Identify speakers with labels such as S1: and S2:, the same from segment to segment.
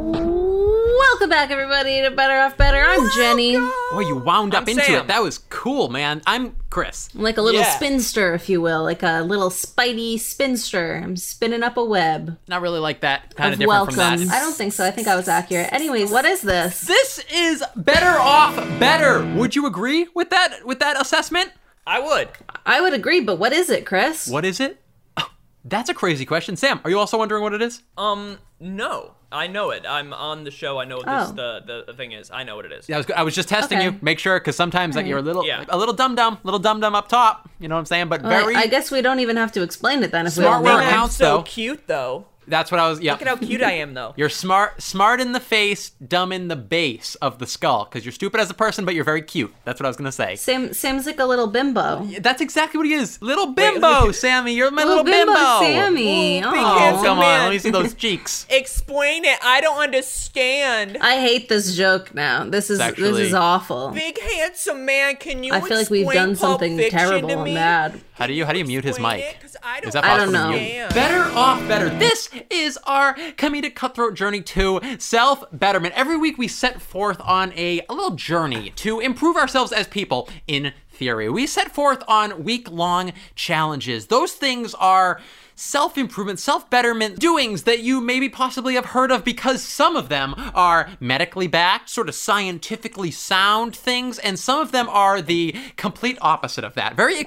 S1: Welcome back, everybody, to Better Off Better. I'm Oh, Jenny. I'm
S2: Well, you wound up
S3: I'm
S2: into
S3: Sam.
S2: it. That was cool, man. I'm Chris.
S1: like a little
S3: Yeah.
S1: spinster, if you will, like a little spidey spinster. I'm spinning up a web
S2: Not really like that. Kind of
S1: of
S2: different
S1: welcome.
S2: from that.
S1: I don't think so. I think I was accurate. Anyway, what is this?
S2: This is better off better. Would you agree with that with that assessment?
S3: I would.
S1: I would agree, but what is it, Chris?
S2: What is it? Oh, that's a crazy question, Sam. Are you also wondering what it is?
S3: Um, no, I know it. I'm on the show. I know what this
S1: Oh.
S3: the, the the thing is. I know what it is.
S2: I was I was just testing
S1: Okay.
S2: you. Make sure cuz sometimes like you're a little
S3: Yeah.
S2: a little dum dum, little dum dum up top, you know what I'm saying? But
S1: Well, I-
S2: very
S1: I guess we don't even have to explain it then. If
S2: Smart
S1: we all
S2: work,
S1: know.
S2: Al.
S3: I'm so
S2: though.
S3: cute though.
S2: that's what I was yeah.
S3: Look at how cute I am though.
S2: You're smart, smart in the face, dumb in the base of the skull. Because you're stupid as a person, but you're very cute. That's what I was gonna say.
S1: Sam, Sam's like a little bimbo.
S2: That's exactly what he is. Little bimbo,
S3: look-
S2: Sammy. You're my little,
S1: Oh, bimbo, Sammy. Oh,
S3: Ooh, big
S1: Aw.
S3: handsome
S2: come on,
S3: man.
S2: let me see those cheeks.
S3: Explain it. I don't understand.
S1: I hate this joke now. This is
S2: actually-
S1: this is awful.
S3: Big handsome man, can you?
S1: I feel like we've
S3: explain
S1: done
S3: Pulp
S1: something
S3: Fiction
S1: terrible
S3: to
S1: and
S3: me?
S1: bad.
S2: How do you how do you mute his
S3: Explain
S2: mic?
S3: it, 'cause I
S2: Is
S3: don't
S2: that
S1: I don't
S2: possible? to
S1: know.
S2: mute?
S3: Yeah.
S2: Better off better. This is our comedic cutthroat journey to self betterment. Every week we set forth on a, a little journey to improve ourselves as people in theory. We set forth on week long challenges. Those things are self improvement, self betterment doings that you maybe possibly have heard of because some of them are medically backed, sort of scientifically sound things, and some of them are the complete opposite of that. Very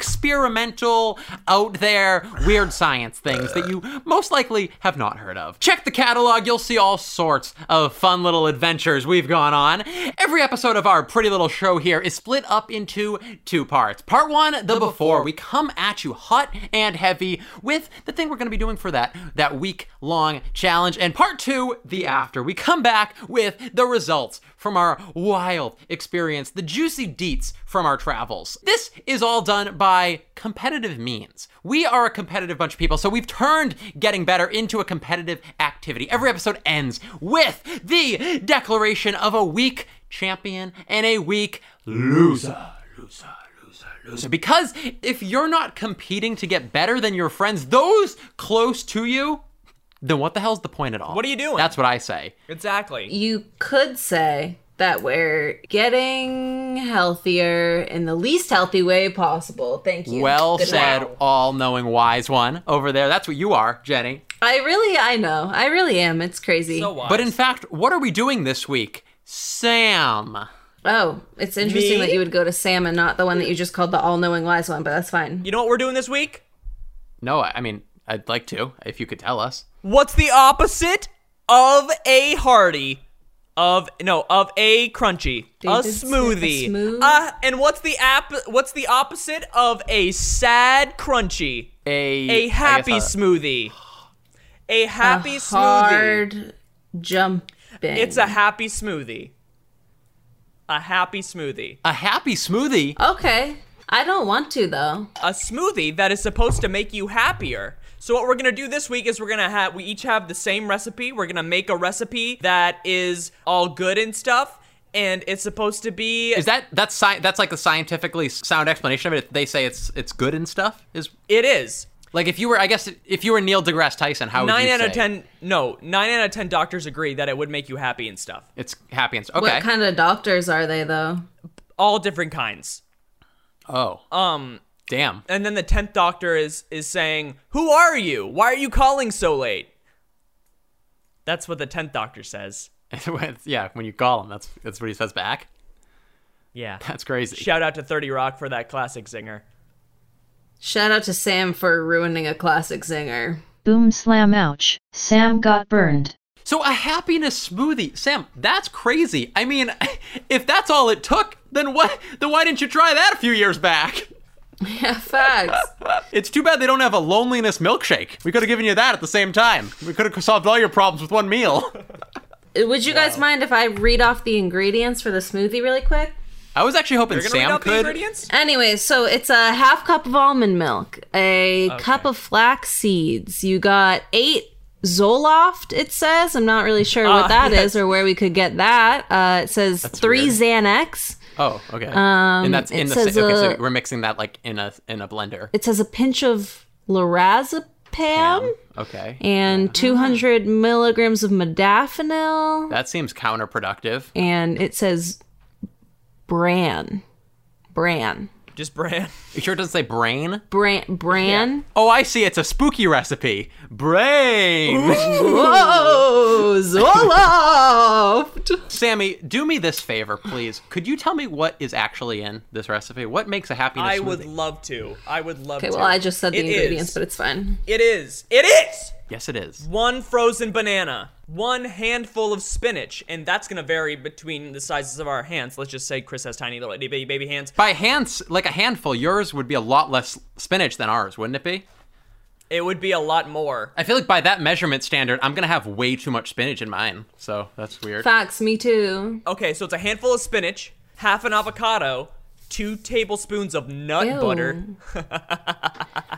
S2: experimental, out there, weird science things that you most likely have not heard of. Check the catalog, you'll see all sorts of fun little adventures we've gone on. Every episode of our pretty little show here is split up into two parts. Part one, the, before. we come at you hot and heavy with the thing we're going to be doing for that that week long challenge and part 2, the after. We come back with the results from our wild experience, the juicy deets from our travels. This is all done by competitive means. We are a competitive bunch of people, so we've turned getting better into a competitive activity. Every episode ends with the declaration of a week champion and a week loser. Loser, loser, loser. Because if you're not competing to get better than your friends, those close to you, then what the hell's the point at all?
S3: What are you doing?
S2: That's what I say.
S3: Exactly.
S1: You could say that we're getting healthier in the least healthy way possible. Thank you.
S2: Well
S1: Good
S2: said,
S1: work.
S2: all knowing wise one over there. That's what you are, Jenny.
S1: I really, I know. I really am. It's crazy.
S3: So wise.
S2: But in fact, what are we doing this week? Sam.
S1: oh, it's interesting
S3: Me?
S1: that you would go to Sam and not the one that you just called the all-knowing wise one, but that's fine.
S3: you know what we're doing this week?
S2: No, I I mean, I'd like to, if you could tell us.
S3: What's the opposite of a hearty? Of no, of a crunchy, a
S1: David said a
S3: smoothie.
S1: smooth-
S3: Uh, and what's the app? What's the opposite of a sad crunchy?
S2: A, I
S3: A
S2: guess
S3: happy
S2: a-
S3: smoothie. A happy smoothie.
S1: Hard jumping.
S3: It's a happy smoothie. A happy smoothie.
S2: A happy smoothie.
S1: okay. I don't want to though.
S3: a smoothie that is supposed to make you happier. So what we're gonna do this week is we're gonna have we each have the same recipe. We're gonna make a recipe that is all good and stuff, and it's supposed to be
S2: Is that that's sci- that's like a scientifically sound explanation of it? They say it's it's good and stuff. Is
S3: it is.
S2: like if you were I guess if you were Neil deGrasse Tyson, how would
S3: Nine
S2: you
S3: out of
S2: say
S3: ten no, nine out of ten doctors agree that it would make you happy and stuff.
S2: It's happy and okay.
S1: What kind of doctors are they though?
S3: All different kinds.
S2: oh, um, damn.
S3: And then the tenth doctor is is saying, Who are you? Why are you calling so late? That's what the tenth doctor says.
S2: yeah, when you call him, that's that's what he says back.
S3: Yeah.
S2: That's crazy.
S3: Shout out to 30 Rock for that classic singer.
S1: Shout out to Sam for ruining a classic singer.
S4: Boom slam ouch, Sam got burned.
S2: So a happiness smoothie, Sam. That's crazy. I mean, if that's all it took, then what? Then why didn't you try that a few years back?
S1: Yeah, facts.
S2: It's too bad they don't have a loneliness milkshake. We could have given you that at the same time. We could have solved all your problems with one meal.
S1: Would you guys mind if I read off the ingredients for the smoothie really quick?
S2: I was actually hoping
S3: You're gonna read
S2: Sam
S3: out the
S2: could.
S3: ingredients?
S1: Anyway, so it's a half cup of almond milk, a cup of flax seeds. You got eight Zoloft, it says. I'm not really sure what
S3: Ah,
S1: that is
S3: yes.
S1: or where we could get that. Uh, it says three Xanax,
S2: Oh, okay.
S1: Um,
S2: and that's in
S1: it
S2: the sa- okay.
S1: says uh,
S2: So
S1: a-
S2: we're mixing that like in a in a blender.
S1: It says a pinch of lorazepam
S2: Okay.
S1: and
S3: Ah.
S1: 200 milligrams of modafinil,
S2: that seems counterproductive.
S1: and it says Bran, Bran,
S3: Just bran.
S2: You sure it doesn't say brain?
S1: Bran, Bran.
S2: Oh, I see. It's a spooky recipe. Brain.
S1: Whoa, Zoloft!
S2: Sammy, do me this favor, please. Could you tell me what is actually in this recipe? What makes a happiness
S3: I
S2: smoothie?
S3: would love to. I would love
S1: okay,
S3: to.
S1: well, I just said the
S3: It
S1: ingredients,
S3: is.
S1: but it's fine.
S3: It is. It is.
S2: yes, it is.
S3: One frozen banana, one handful of spinach, and that's gonna vary between the sizes of our hands. Let's just say Chris has tiny little itty bitty baby hands.
S2: By hands, like a handful, yours would be a lot less spinach than ours, wouldn't it be?
S3: It would be a lot more.
S2: I feel like by that measurement standard, I'm gonna have way too much spinach in mine. So that's weird.
S1: Facts, me too.
S3: Okay, so it's a handful of spinach, half an avocado, two tablespoons of nut
S1: Ew.
S3: butter,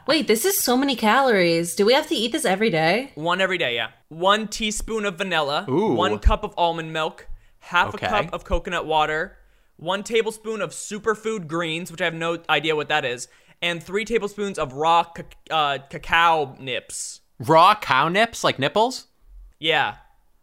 S1: Wait, this is so many calories. Do we have to eat this every day?
S3: one every day, yeah. One teaspoon of vanilla,
S2: Ooh.
S3: one cup of almond milk, half
S2: Okay.
S3: a cup of coconut water, one tablespoon of superfood greens, which I have no idea what that is, and three tablespoons of raw ca- uh, cacao nips.
S2: Raw cow nips, like nipples.
S3: Yeah,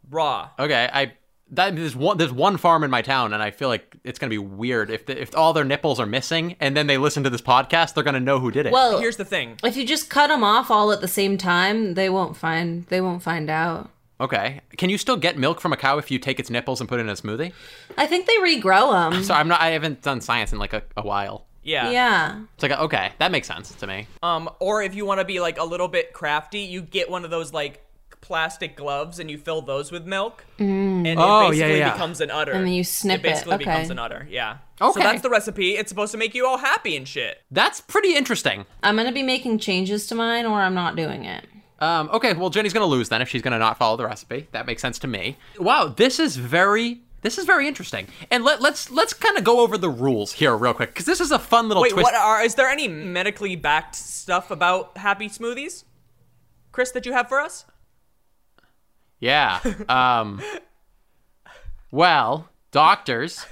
S3: raw.
S2: Okay, I that there's one there's one farm in my town, and I feel like it's gonna be weird if the, if all their nipples are missing, and then they listen to this podcast, they're gonna know who did it.
S1: Well,
S3: Here's the thing.
S1: if you just cut them off all at the same time, they won't find they won't find out.
S2: okay, can you still get milk from a cow if you take its nipples and put it in a smoothie?
S1: I think they regrow them.
S2: So I'm not I haven't done science in like a, a while.
S3: Yeah.
S1: Yeah.
S2: It's like okay, that makes sense to me.
S3: Um, or if you want to be like a little bit crafty, you get one of those like plastic gloves and you fill those with milk, and
S2: Oh, yeah,
S3: it basically
S2: yeah.
S3: becomes an udder.
S1: Mm. And then you snip
S3: It basically
S1: it, okay.
S3: becomes an udder. Yeah. So
S2: Okay.
S3: that's the recipe. It's supposed to make you all happy and shit.
S2: That's pretty interesting.
S1: I'm gonna be making changes to mine or I'm not doing it.
S2: Um, okay, well Jenny's gonna lose then if she's gonna not follow the recipe. That makes sense to me. Wow, this is very this is very interesting. And let, let's let's kind of go over the rules here real quick because this is a fun little
S3: Wait,
S2: twist.
S3: what are? Is there any medically backed stuff about happy smoothies, Chris? That you have for us?
S2: yeah. Um, well, doctors.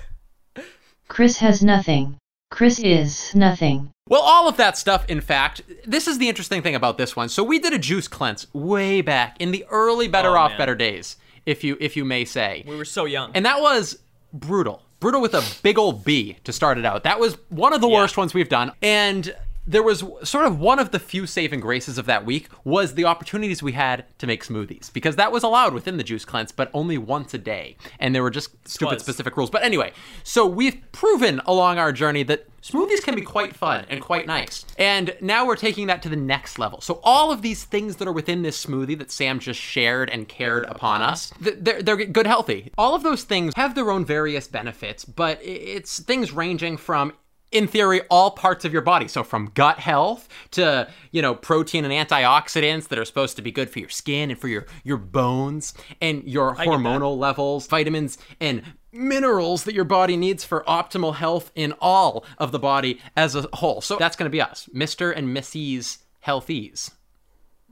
S4: Chris has nothing. Chris is nothing.
S2: Well, all of that stuff, in fact, this is the interesting thing about this one. So we did a juice cleanse way back in the early Better
S3: Oh,
S2: Off
S3: man.
S2: Better days, if you if you may say.
S3: We were so young.
S2: And that was brutal. Brutal with a big old B to start it out. That was one of the worst ones we've done. And there was sort of one of the few saving graces of that week was the opportunities we had to make smoothies because that was allowed within the juice cleanse, but only once a day. And there were just stupid
S3: Was.
S2: specific rules. But anyway, so we've proven along our journey that smoothies can be quite fun and quite nice. And now we're taking that to the next level. So all of these things that are within this smoothie that Sam just shared and cared upon us, th- they're, they're good healthy. All of those things have their own various benefits, but i- it's things ranging from in theory all parts of your body so from gut health to you know protein and antioxidants that are supposed to be good for your skin and for your your bones and your hormonal levels vitamins and minerals that your body needs for optimal health in all of the body as a whole so that's going to be us mr and mrs healthies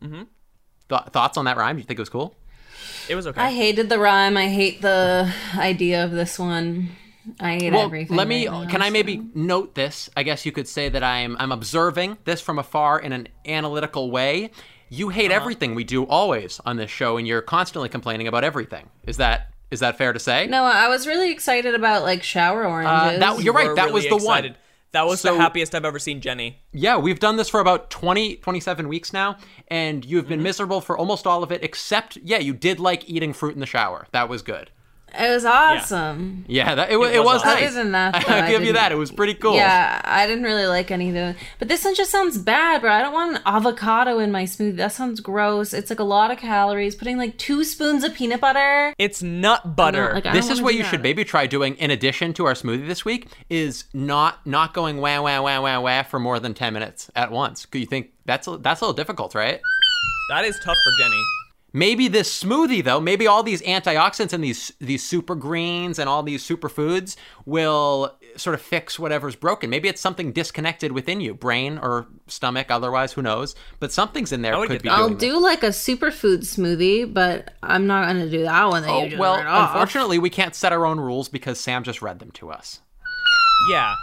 S2: mm-hmm. thoughts on that rhyme you think it was cool
S3: it was okay.
S1: I hated the rhyme. I hate the idea of this one. I hate everything.
S2: Let me.
S1: right now,
S2: can I
S1: so-
S2: maybe note this? I guess you could say that I'm I'm observing this from afar in an analytical way. You hate
S1: Uh-huh.
S2: everything we do always on this show, and you're constantly complaining about everything. Is that is that fair to say?
S1: No, I was really excited about like shower oranges.
S2: Uh, that- you're right,
S3: We're
S2: that was
S3: really
S2: the one.
S3: excited. That was
S2: So-
S3: the happiest I've ever seen Jenny.
S2: Yeah, we've done this for about 20, 27 weeks now, and you've
S1: Mm-hmm.
S2: been miserable for almost all of it, except yeah, you did like eating fruit in the shower. That was good.
S1: It was awesome.
S2: Yeah, that, it, wa- it was
S3: was awesome.
S2: nice.
S1: Other than that, though,
S2: I'll
S1: I
S2: give you that. It
S1: didn't-
S2: was pretty cool.
S1: Yeah, I didn't really like any of the. But this one just sounds bad, bro. I don't want an avocado in my smoothie. That sounds gross. It's like a lot of calories. Putting like two spoons of peanut butter.
S3: It's nut butter.
S1: Like, I
S2: this
S1: don't
S2: is
S1: wanna
S2: what
S1: do
S2: you
S1: that.
S2: should maybe try doing in addition to our smoothie this week is not not going wah wah wah wah wah for more than 10 minutes at once 'Cause you think that's a, that's a little difficult right
S3: that is tough for Jenny.
S2: maybe this smoothie though maybe all these antioxidants and these these super greens and all these superfoods will sort of fix whatever's broken maybe it's something disconnected within you brain or stomach otherwise who knows but something's in there
S3: would
S2: could
S3: get
S2: be
S3: that.
S1: I'll
S2: doing that.
S1: do like a superfood smoothie, but I'm not gonna do that one that you
S2: Oh,
S1: just
S2: well
S1: read off.
S2: unfortunately we can't set our own rules because sam just read them to us
S5: Yeah.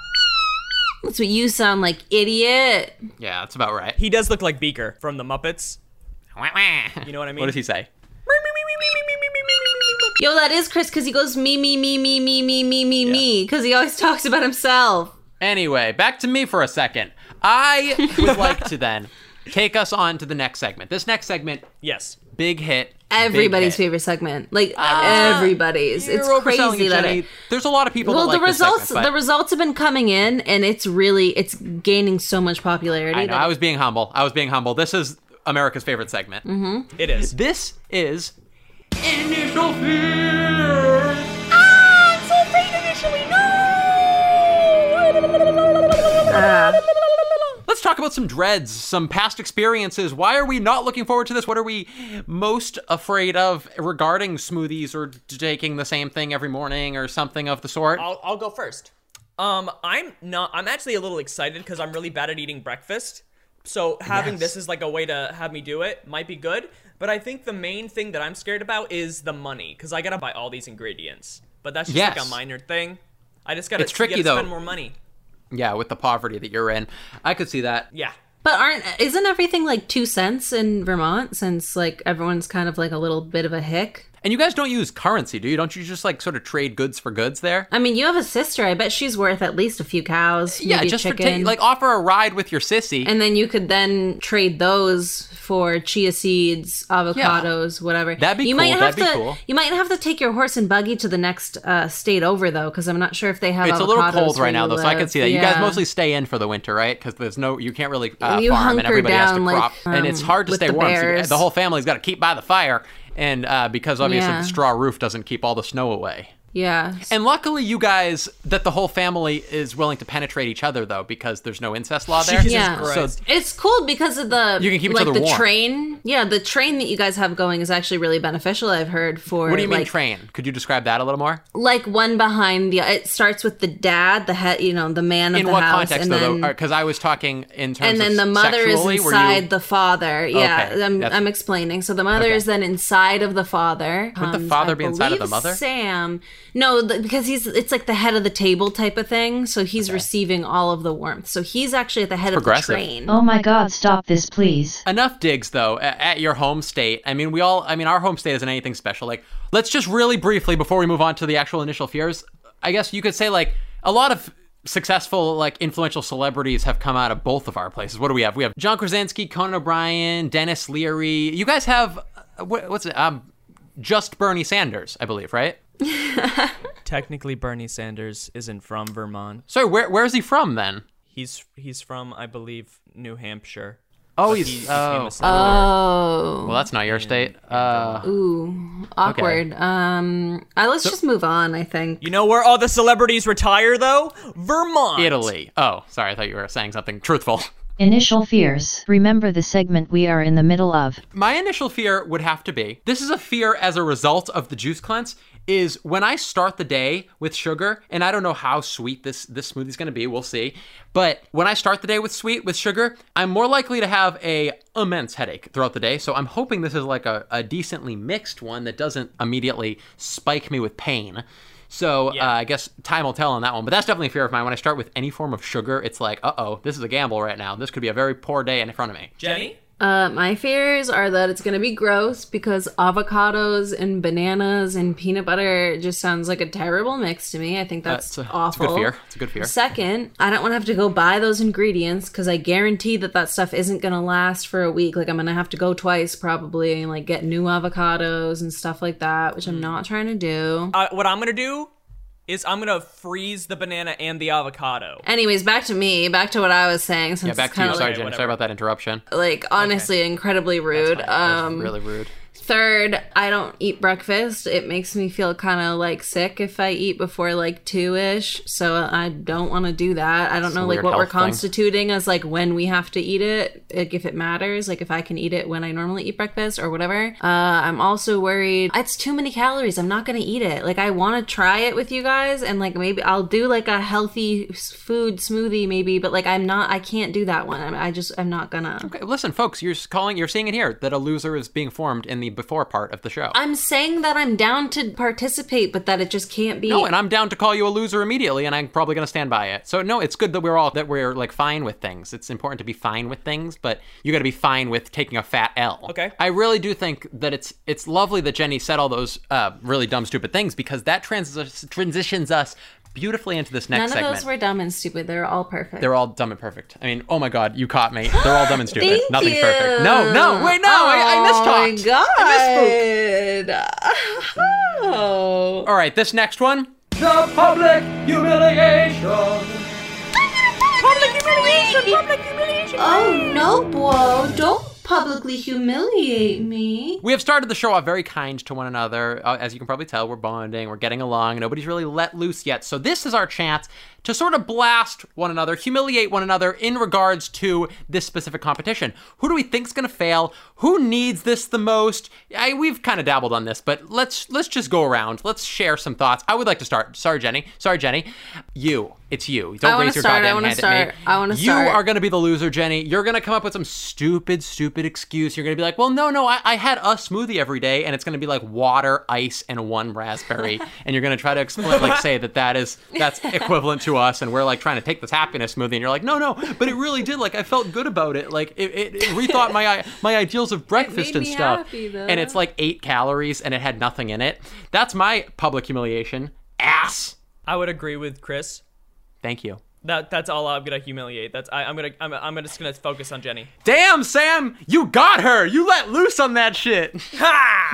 S1: That's what you sound like, idiot.
S2: Yeah, that's about right.
S5: He does look like Beaker from the Muppets. You know what I mean?
S2: What does he say?
S1: Yo, that is Chris because he goes me, me, me, me, me, me, me, me, me because he always talks about himself.
S2: Anyway, back to me for a second. I would like to then take us on to the next segment. This next segment,
S5: Yes.
S2: big hit. big
S1: Everybody's
S2: hit.
S1: favorite segment, like everybody's. It's
S2: You're overselling
S1: crazy
S2: it,
S1: that
S2: Jenny.
S1: it.
S2: There's a lot of people.
S1: Well,
S2: that
S1: the
S2: like this
S1: results
S2: segment, but-
S1: the results have been coming in, and it's really it's gaining so much popularity.
S2: I know.
S1: that
S2: I was being humble. I was being humble. This is America's favorite segment.
S1: Mm-hmm.
S5: It is.
S2: This is initial fear.
S1: Ah.
S2: Let's talk about some dreads, some past experiences. Why are we not looking forward to this? What are we most afraid of regarding smoothies or t- taking the same thing every morning or something of the sort?
S5: I'll, I'll go first. Um, I'm not. I'm actually a little excited because I'm really bad at eating breakfast. So having
S2: Yes.
S5: this is like a way to have me do it might be good. But I think the main thing that I'm scared about is the money because I gotta buy all these ingredients. But that's just like
S2: Yes.
S5: a minor thing. I just gotta,
S2: It's tricky,
S5: you gotta
S2: though.
S5: spend more money.
S2: Yeah, with the poverty that you're in. I could see that.
S5: Yeah.
S1: But aren't isn't everything like two cents in Vermont since like everyone's kind of like a little bit of a hick?
S2: And you guys don't use currency, do you? Don't you just like sort of trade goods for goods there?
S1: I mean, you have a sister. I bet she's worth at least a few cows, maybe
S2: yeah,
S1: a
S2: just for
S1: chicken.
S2: ta- like offer a ride with your sissy.
S1: and then you could then trade those for chia seeds, avocados, whatever.
S2: That'd be
S1: you
S2: cool,
S1: Might have
S2: that'd be
S1: to,
S2: cool.
S1: You might have to take your horse and buggy to the next uh, state over though, because I'm not sure if they have.
S2: it's a little
S1: avocados
S2: cold
S1: where
S2: right now,
S1: you
S2: though, so I can
S1: live.
S2: see that. You guys
S1: Yeah.
S2: mostly stay in for the winter, right? Because there's no, you can't really uh,
S1: You
S2: farm,
S1: hunker
S2: and everybody has to
S1: down, like,
S2: crop, and it's
S1: um,
S2: hard to
S1: with
S2: stay
S1: the
S2: warm. so you-
S1: bears.
S2: the whole family's got to keep by the fire, and uh, because obviously
S1: Yeah.
S2: the straw roof doesn't keep all the snow away.
S1: Yeah.
S2: And luckily, you guys that the whole family is willing to penetrate each other, though, because there's no incest law there.
S5: Jesus
S1: Yeah.
S2: So
S5: Christ.
S1: It's cool because of the
S2: You can keep each
S1: like
S2: other
S1: the
S2: warm.
S1: train. Yeah, the train that you guys have going is actually really beneficial. I've heard for
S2: what do you mean
S1: like,
S2: train? Could you describe that a little more?
S1: Like one behind the. It starts with the dad, the head, you know, the man of
S2: In
S1: the
S2: what
S1: house,
S2: context,
S1: and
S2: though?
S1: then
S2: Because I was talking in terms
S1: and then
S2: of
S1: the mother is
S2: sexually, were you-
S1: inside the father. Yeah,
S2: Okay,
S1: I'm,
S2: that's-
S1: I'm explaining. So the mother
S2: Okay.
S1: is then inside of the father. Would
S2: the father be inside of the mother?
S1: Sam. No, the, because he's it's like the head of the table type of thing. So he's receiving all of the warmth. So he's actually at the head of the
S2: progressive.
S1: train.
S4: Oh my god, stop this please.
S2: enough digs though a- at your home state i mean we all i mean our home state isn't anything special like let's just really briefly before we move on to the actual initial fears i guess you could say like a lot of successful like influential celebrities have come out of both of our places what do we have we have john krasinski conan o'brien dennis leary you guys have uh, what, what's it um just bernie sanders i believe right
S5: Technically, Bernie Sanders isn't from Vermont.
S2: so where, where's he from then
S5: He's he's from, I believe, New Hampshire.
S2: oh
S5: He
S2: he's
S5: became a
S2: oh
S5: senator.
S1: Oh,
S2: well that's not your state uh
S1: ooh, awkward. Um, I, let's just move on. I think.
S5: you know where all the celebrities retire though? Vermont.
S2: italy oh sorry i thought you were saying something truthful
S4: Initial fears. Remember the segment we are in the middle of.
S2: my initial fear would have to be this is a fear as a result of the juice cleanse is when i start the day with sugar and i don't know how sweet this this smoothie's going to be we'll see but when i start the day with sweet with sugar i'm more likely to have a immense headache throughout the day so i'm hoping this is like a, a decently mixed one that doesn't immediately spike me with pain so uh, I guess time will tell on that one, but that's definitely a fear of mine. When I start with any form of sugar, it's like, uh oh, this is a gamble right now. This could be a very poor day in front of me.
S5: Jenny.
S1: Uh, my fears are that it's going to be gross because avocados and bananas and peanut butter just sounds like a terrible mix to me. I think that's
S2: Uh, It's a, it's a
S1: awful.
S2: good fear. It's a good fear.
S1: Second, I don't want to have to go buy those ingredients because I guarantee that that stuff isn't going to last for a week. Like I'm going to have to go twice probably and like get new avocados and stuff like that,
S2: Hmm.
S1: which I'm not trying to do.
S5: Uh, what I'm gonna do is I'm gonna freeze the banana and the avocado.
S1: Anyways, back to me, back to what I was saying. Since
S2: Yeah, back
S1: it's
S2: to you.
S1: kind of
S2: Sorry,
S1: like,
S2: Jenny.
S5: whatever.
S2: Sorry about that interruption.
S1: like honestly incredibly rude.
S2: That was
S1: Um,
S2: really rude.
S1: Third, I don't eat breakfast. It makes me feel kind of like sick if I eat before like two ish. So I don't want to do that. I don't know like
S2: weird
S1: what we're
S2: health thing.
S1: constituting as like when we have to eat it, like if it matters, like if I can eat it when I normally eat breakfast or whatever. Uh, I'm also worried it's too many calories. I'm not gonna eat it. Like I want to try it with you guys, and like maybe I'll do like a healthy s- food smoothie maybe, but like I'm not. I can't do that one. I'm, I just I'm not gonna.
S2: Okay, listen, folks. You're s- calling. You're seeing it here that a loser is being formed in the before part of the show.
S1: I'm saying that I'm down to participate, but that it just can't be.
S2: no, and I'm down to call you a loser immediately, and I'm probably gonna stand by it. So no, it's good that we're all that we're like fine with things. It's important to be fine with things, but you gotta be fine with taking a fat L.
S3: Okay.
S2: I really do think that it's it's lovely that Jenny said all those uh, really dumb, stupid things because that transi- transitions us beautifully into this
S1: None
S2: next
S1: of
S2: segment.
S1: those were dumb and stupid. They're all perfect.
S2: They're all dumb and perfect. I mean, oh my god, you caught me. They're all dumb and stupid.
S1: Thank
S2: Nothing's
S1: you.
S2: perfect. No, no, wait, no, I, I mistalked. I misspoke.
S1: Oh my god. Oh.
S2: All right, this next one.
S6: The public humiliation.
S1: Oh no, Bo! Don't publicly humiliate me.
S2: We have started the show off very kind to one another. Uh, as you can probably tell, we're bonding, we're getting along. Nobody's really let loose yet. So, this is our chance to sort of blast one another, humiliate one another in regards to this specific competition. Who do we think's going to fail? Who needs this the most? I, we've kind of dabbled on this, but let's let's just go around. Let's share some thoughts. I would like to start. Sorry, Jenny. Sorry, Jenny. You. It's you. Don't
S1: I wanna
S2: raise your
S1: start, I
S2: goddamn
S1: wanna
S2: hand at
S1: start,
S2: me.
S1: I wanna
S2: You
S1: start.
S2: are going to be the loser, Jenny. You're going to come up with some stupid, stupid excuse. You're going to be like, well, no, no, I, I had a smoothie every day, and it's going to be like water, ice, and one raspberry. and you're going to try to explain, like, say that that is that's equivalent to us, and we're like trying to take this happiness smoothie, and you're like, no, no, but it really did. Like, I felt good about it. Like, it, it, it rethought my i- my ideals of breakfast
S1: made
S2: and
S1: me
S2: stuff.
S1: happy, though.
S2: and it's like eight calories, and it had nothing in it. That's my public humiliation. Ass.
S3: I would agree with Chris.
S2: Thank you.
S3: That that's all I'm gonna humiliate. That's I, I'm gonna I'm, I'm just gonna focus on Jenny.
S2: Damn, Sam, you got her. You let loose on that shit.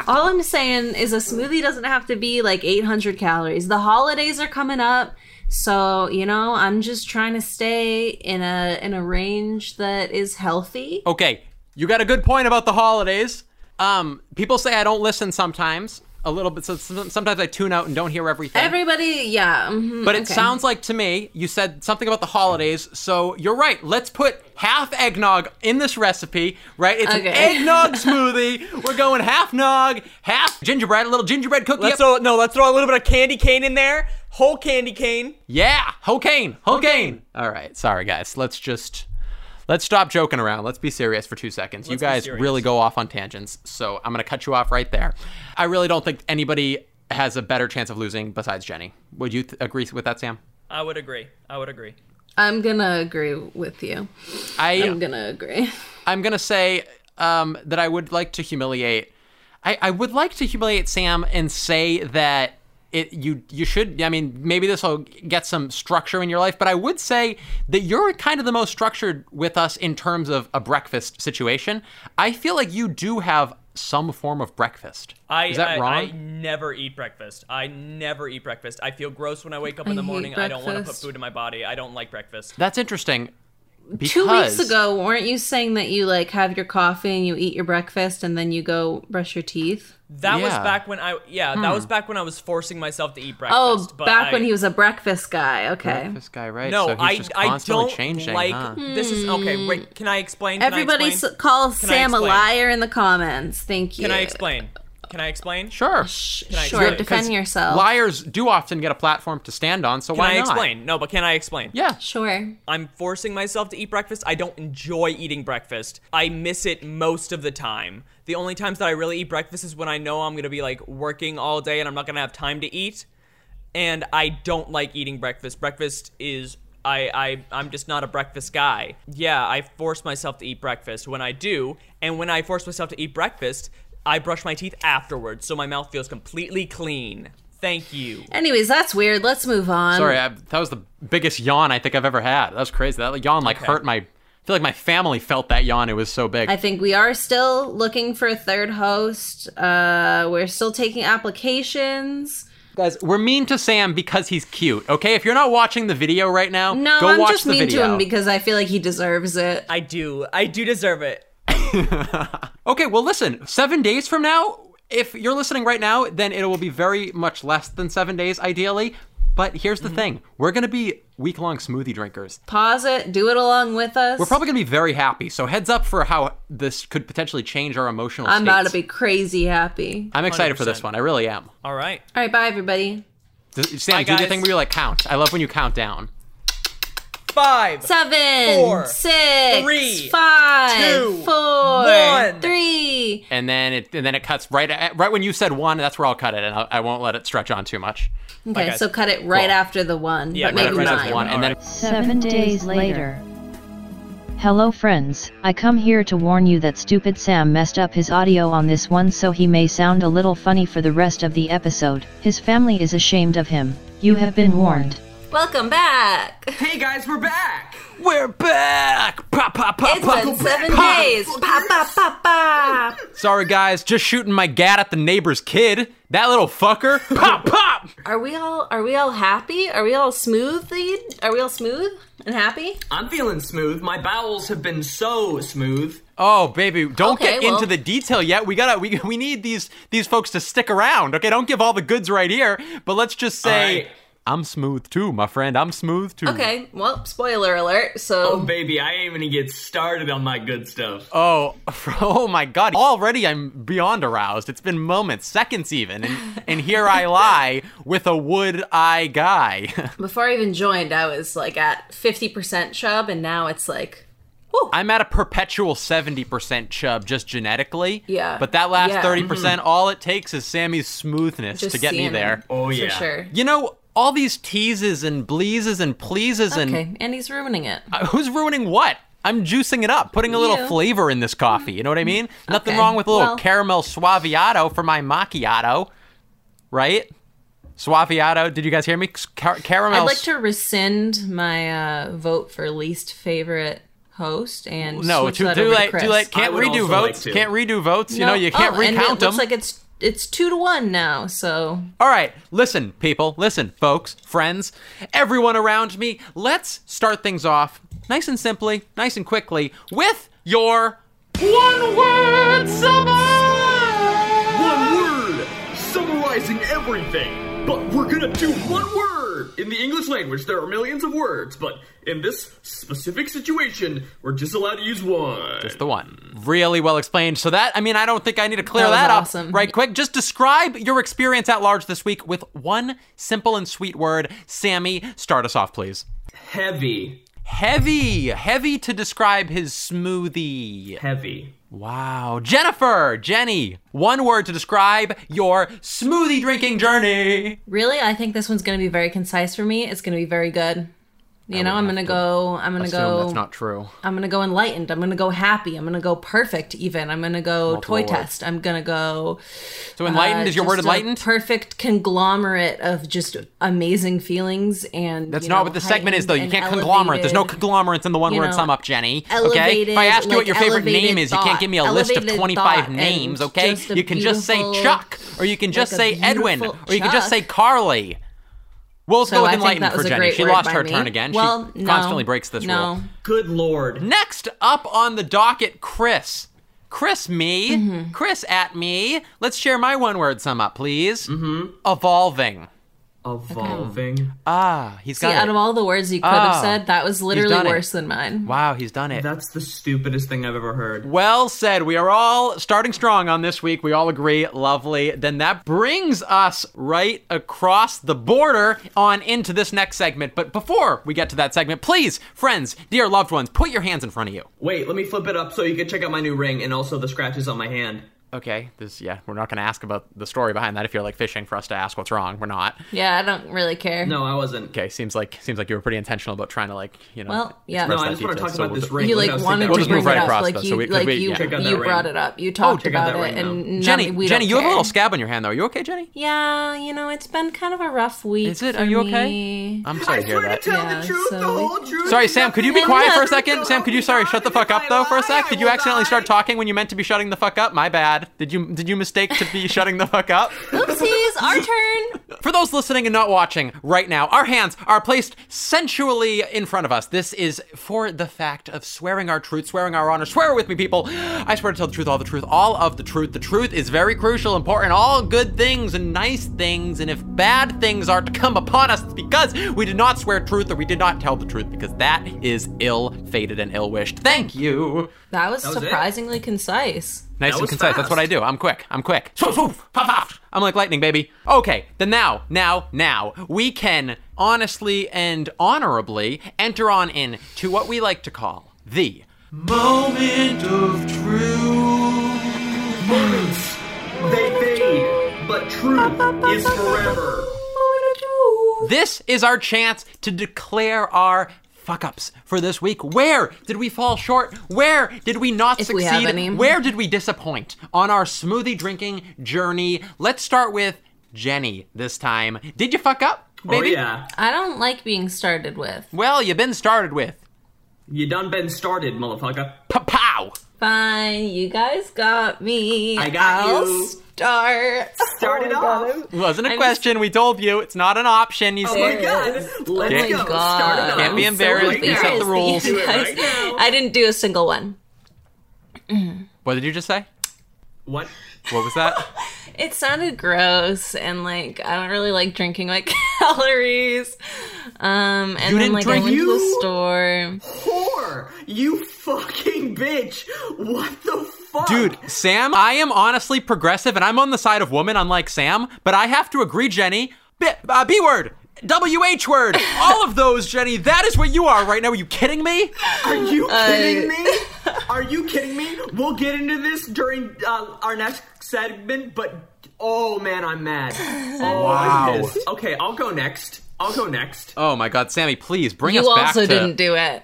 S1: All I'm saying is a smoothie doesn't have to be like 800 calories. The holidays are coming up, so you know I'm just trying to stay in a in a range that is healthy.
S2: Okay, you got a good point about the holidays. Um, people say I don't listen sometimes. A little bit. So some- sometimes I tune out and don't hear everything.
S1: Everybody, yeah. mhm,
S2: but it
S1: okay.
S2: sounds like to me you said something about the holidays. So you're right. Let's put half eggnog in this recipe. Right? It's an
S1: Okay.
S2: eggnog smoothie. We're going half nog, half gingerbread, a little gingerbread cookie.
S3: Let's
S2: up-
S3: throw no. Let's throw a little bit of candy cane in there. Whole candy cane.
S2: Yeah, cocaine, cocaine. All right, sorry guys. Let's just let's stop joking around. Let's be serious for two seconds. you
S3: be
S2: guys
S3: serious.
S2: really go off on tangents, so I'm gonna cut you off right there. I really don't think anybody has a better chance of losing besides Jenny. Would you th- agree with that, Sam?
S3: I would agree. I would agree.
S1: I'm gonna agree with you.
S2: I
S1: I'm gonna agree.
S2: I'm gonna say um, that I would like to humiliate. I, I would like to humiliate Sam and say that it you you should. I mean, maybe this will get some structure in your life, but I would say that you're kind of the most structured with us in terms of a breakfast situation. I feel like you do have some form of breakfast.
S3: I,
S2: Is that
S3: I,
S2: wrong?
S3: I never eat breakfast. I never eat breakfast. I feel gross when I wake up in
S1: I
S3: the
S1: hate
S3: morning. I don't want to put
S1: breakfast.
S3: food in my body. I don't like breakfast.
S2: That's interesting. Because
S1: Two weeks ago, weren't you saying that you like have your coffee and you eat your breakfast and then you go brush your teeth?
S3: That was
S2: Yeah.
S3: back when I yeah. That was back when I was forcing myself to eat
S1: Hmm. Oh,
S3: breakfast. but
S1: back
S3: I,
S1: when he was a breakfast guy. Okay.
S2: This guy, right?
S3: No,
S2: so he's
S3: I
S2: just
S3: I
S2: constantly
S3: don't
S2: changing,
S3: like
S2: huh?
S1: Hmm.
S3: this. Is okay. Wait, can I explain? Can I
S1: Everybody s-
S3: explain?
S1: calls
S3: I
S1: Sam a
S3: explain?
S1: liar in the comments. Thank you.
S3: Can I explain? Can I explain?
S2: Sure.
S1: Sh-
S3: I
S1: Sure,
S3: explain?
S1: defend
S2: 'Cause
S1: yourself.
S2: Liars do often get a platform to stand on, so
S3: Can
S2: why
S3: I
S2: not?
S3: explain? No, but can I explain?
S2: Yeah.
S1: Sure.
S3: I'm forcing myself to eat breakfast. I don't enjoy eating breakfast. I miss it most of the time. The only times that I really eat breakfast is when I know I'm going to be like working all day and I'm not going to have time to eat. And I don't like eating breakfast. Breakfast is I I I'm just not a breakfast guy. Yeah, I force myself to eat breakfast when I do, and when I force myself to eat breakfast, I brush my teeth afterwards so my mouth feels completely clean. Thank you.
S1: Anyways, that's weird. Let's move on.
S2: Sorry, I, that was the biggest yawn I think I've ever had. That was crazy. That yawn like hurt my. I feel like my family felt that yawn. It was so big.
S1: I think we are still looking for a third host. Uh, we're still taking applications.
S2: Guys, we're mean to Sam because he's cute. Okay, if you're not watching the video right now,
S1: No,
S2: go
S1: I'm
S2: watch
S1: just
S2: the
S1: mean
S2: video.
S1: to him because I feel like he deserves it.
S3: I do. I do deserve it.
S2: okay, well listen. Seven days from now, if you're listening right now, then it will be very much less than seven days, ideally. But here's the
S1: Mm-hmm.
S2: thing: we're gonna be week-long smoothie drinkers.
S1: Pause it. Do it along with us.
S2: We're probably gonna be very happy. So heads up for how this could potentially change our emotional.
S1: I'm about to
S2: states.
S1: be crazy happy.
S2: I'm excited for this
S3: 100%.
S2: one. I really am.
S3: All right.
S1: All right, bye everybody.
S2: Does- Sam,
S3: Bye,
S2: do the
S3: guys.
S2: thing where you like count. I love when you count down.
S5: Five.
S1: Seven,
S5: Four.
S1: six,
S5: Three.
S1: five,
S5: Two.
S1: four,
S5: One.
S1: three.
S2: and then it and then it cuts right at, right when you said one. That's where I'll cut it, and I'll, I won't let it stretch on too much.
S1: Okay,
S5: guys.
S1: so cut it right
S2: Cool.
S1: after the one,
S5: Yeah,
S1: but
S5: cut it
S1: maybe
S5: right after
S1: not.
S5: the
S2: One, and then
S4: Seven days later. Hello, friends. I come here to warn you that stupid Sam messed up his audio on this one so he may sound a little funny for the rest of the episode. His family is ashamed of him. You have been warned.
S1: Welcome back.
S3: Hey guys, we're back!
S2: we're back. Pop, pop, pop,
S1: It's
S2: pop.
S1: been seven
S2: pop.
S1: days. Pa pa pa pa.
S2: Sorry, guys, just shooting my gat at the neighbor's kid. That little fucker. pop, pop.
S1: Are we all are we all happy? Are we all smooth? Are we all smooth and happy?
S3: I'm feeling smooth. My bowels have been so smooth.
S2: Oh, baby, don't
S1: Okay,
S2: get
S1: well-
S2: into the detail yet. We gotta, we, we need these these folks to stick around. Okay, don't give all the goods right here, but let's just say
S3: All right.
S2: I'm smooth too, my friend. I'm smooth too.
S1: Okay. Well, spoiler alert. So
S3: Oh, baby, I ain't even get started on my good stuff.
S2: Oh, oh my God! Already I'm beyond aroused. It's been moments, seconds even, and, and here I lie with a wood eye guy.
S1: before I even joined, I was like at fifty percent chub, and now it's like, whew.
S2: I'm at a perpetual seventy percent chub just genetically.
S1: Yeah.
S2: But that last
S1: Yeah. Mm-hmm.
S2: 30 percent, all it takes is Sammy's smoothness
S1: just
S2: to get me
S1: seeing
S2: there.
S1: it,
S3: Oh,
S1: for
S3: yeah.
S1: sure.
S2: You know. All these teases and bleases and pleases and
S1: Okay, and he's ruining it.
S2: who's ruining what? I'm juicing it up, putting a little
S1: You. Mm-hmm.
S2: flavor in this coffee. You know what I mean? Nothing
S1: okay.
S2: wrong with a little
S1: Well-
S2: caramel suaviato for my macchiato, right? Suaviato. Did you guys hear me? Car- caramel.
S1: I'd like to rescind my uh, vote for least favorite host and
S2: no,
S1: switch
S2: too,
S1: that
S2: too
S1: over to
S2: late.
S1: Chris.
S2: Too late. Can't
S3: I would
S2: redo
S3: also like
S2: votes.
S3: to.
S2: Can't redo votes. You know, you can't
S1: oh, and it
S2: recount them.
S1: Looks like it's it's two to one now. So
S2: All right, listen, people, listen, folks, friends, everyone around me. Let's start things off nice and simply, nice and quickly with your one word summary.
S3: One word! Summarizing everything! But we're gonna do one word! In the English language, there are millions of words, but in this specific situation, we're just allowed to use one.
S2: The one really well explained. So that I mean, I don't think I need to clear
S1: That
S2: that,
S1: was
S2: up
S1: awesome.
S2: right quick. Just describe your experience at large this week with one simple and sweet word. Sammy, start us off, please.
S3: Heavy.
S2: Heavy, heavy to describe his smoothie.
S3: Heavy.
S2: Wow. Jennifer, Jenny, one word to describe your smoothie drinking journey.
S1: really, I think this one's going to be very concise for me. It's going to be very good. You know, I'm going to go. I'm going to go.
S2: true.
S1: I'm gonna go enlightened. I'm gonna go happy. I'm gonna go perfect. Even I'm gonna go toy
S2: words.
S1: test. I'm gonna go.
S2: So enlightened
S1: uh,
S2: is your word
S1: just a
S2: enlightened?
S1: Perfect conglomerate of just amazing feelings and
S2: That's
S1: you
S2: not
S1: know,
S2: what the segment is, though. You
S1: heightened
S2: can't
S1: and
S2: conglomerate. There's no
S1: elevated-
S2: conglomerates in the one
S1: you know,
S2: word sum up, Jenny. Okay?
S1: elevated,
S2: If I ask you what your
S1: like,
S2: favorite name
S1: elevated
S2: is, you can't
S1: thought.
S2: give me a list of
S1: Elevated
S2: 25
S1: thought
S2: names,
S1: and
S2: okay?
S1: just a
S2: You can just say
S1: beautiful-
S2: Chuck, or you can just
S1: like a
S2: say Edwin, or
S1: beautiful
S2: you can just say
S1: Chuck.
S2: Carly. We'll
S1: So
S2: go with
S1: I think
S2: enlightened
S1: that
S2: for
S1: was a
S2: Jenny.
S1: great
S2: She
S1: word
S2: lost
S1: by
S2: her
S1: me.
S2: turn again.
S1: Well,
S2: she
S1: no,
S2: constantly breaks this
S1: no.
S2: rule.
S3: Good lord.
S2: Next up on the docket, Chris. Chris me.
S1: Mm-hmm.
S2: Chris at me. Let's share my one word sum up, please. Mm-hmm. Evolving.
S3: Evolving.
S2: Ah, he's got
S1: See,
S2: it.
S1: out of all the words you could
S2: Ah,
S1: have said, that was
S2: done
S1: literally
S2: it.
S1: worse than mine.
S2: wow, he's done it.
S3: That's the stupidest thing I've ever heard.
S2: Well said. We are all starting strong on this week. We all agree. Lovely. Then that brings us right across the border on into this next segment. But before we get to that segment, please, friends, dear loved ones, put your hands in front of you.
S3: Wait, let me flip it up so you can check out my new ring and also the scratches on my hand.
S2: Okay, this, yeah, we're not going to ask about the story behind that if you're like fishing for us to ask what's wrong. We're not.
S1: Yeah, I don't really care.
S3: No, I wasn't.
S2: Okay, seems like seems like you were pretty intentional about trying to like you know.
S1: Well, yeah.
S3: No,
S2: express
S3: I
S2: that
S3: just want to
S2: detail.
S3: talk
S2: So
S3: about
S2: we'll
S3: this
S2: just-
S3: ring.
S1: You
S3: which
S1: like
S3: I was
S1: wanted
S3: thinking
S1: to
S2: just
S3: about.
S1: bring
S2: move right
S1: it
S2: across,
S1: up, like
S2: though, so
S1: you,
S2: we- 'cause
S1: like
S2: we-
S1: you,
S2: yeah. Check
S3: out that
S1: you
S3: right
S1: brought
S3: now.
S1: it up. You talked
S2: Oh,
S3: check out
S1: about
S3: that right
S1: it,
S3: now.
S1: and none-
S2: Jenny,
S1: we
S2: Jenny,
S1: don't
S2: you have a little
S1: care.
S2: scab on your hand though. Are you okay, Jenny?
S1: Yeah, you know, it's been kind of a rough week.
S2: Is it?
S1: for
S2: Are you okay?
S1: me.
S2: I'm sorry to hear that.
S1: tell the Yeah, truth, so- the whole
S3: truth.
S2: Sorry, Sam. Could you be
S1: And
S2: quiet
S1: look-
S2: for a second? Sam, could you sorry shut the fuck up though for a sec? Did you accidentally start talking when you meant to be shutting the fuck up? My bad. Did you did you mistake to be shutting the fuck up?
S1: Oopsies, our turn.
S2: For those listening and not watching right now, our hands are placed sensually in front of us. This is for the fact of swearing our truth, swearing our honor. Swear with me, people. I swear to tell the truth, all the truth, all of the truth. The truth is very crucial, important, all good things and nice things. And if bad things are to come upon us, it's because we did not swear truth or we did not tell the truth, because that is ill fated and ill wished. Thank you.
S1: That was
S3: was it.
S1: surprisingly concise.
S2: Nice
S3: That
S2: and
S3: was
S2: concise. That's
S3: fast.
S2: what I do. I'm quick. I'm quick. Swoof, swoof, pop, pop. I'm like lightning, baby. Okay, then now, now, now, we can honestly and honorably enter on in to what we like to call the
S7: Moment of truth.
S3: Moments, they fade, but truth is forever. Oh,
S2: This is our chance to declare our fuck ups for this week. Where did we fall short? Where did we not
S1: If we have
S2: succeed?
S1: any.
S2: Where did we disappoint on our smoothie drinking journey? Let's start with Jenny this time. Did you fuck up,
S3: Oh
S2: baby?
S3: yeah,
S1: I don't like being started with.
S2: Well, you've been started with.
S3: you done been started, motherfucker.
S2: Pow!
S1: Fine, you guys got me.
S3: I got
S1: I'll
S3: you.
S1: Start.
S3: Start
S2: Oh
S3: it off.
S2: Wasn't a question. We told you it's not an option. You
S3: Oh my
S2: see,
S3: god, let's
S2: Can't-
S3: go. Start it off.
S2: Can't be embarrassed.
S3: right
S2: You set
S3: now.
S2: the rules.
S3: Do it
S1: Guys,
S3: right now.
S1: I didn't do a single one.
S2: what did you just say?
S3: What?
S2: What was that?
S1: It sounded gross, and like I don't really like drinking my calories. Um, and then
S2: didn't
S1: like
S2: drink-
S1: I went to
S3: You-
S1: the store.
S3: Whore! You fucking bitch! What the fuck?
S2: Dude, Sam, I am honestly progressive and I'm on the side of woman, unlike Sam, but I have to agree, Jenny. B, uh, B word, WH word, all of those, Jenny, that is what you are right now. Are you kidding me?
S3: Are you
S2: Uh,
S3: kidding me? Are you kidding me? We'll get into this during uh, our next segment, but oh man, I'm mad. Oh,
S2: Wow.
S3: I'm pissed. Okay, I'll go next. I'll go next.
S2: Oh my god, Sammy, please bring us
S1: You
S2: back
S1: also
S2: to-
S1: didn't do it.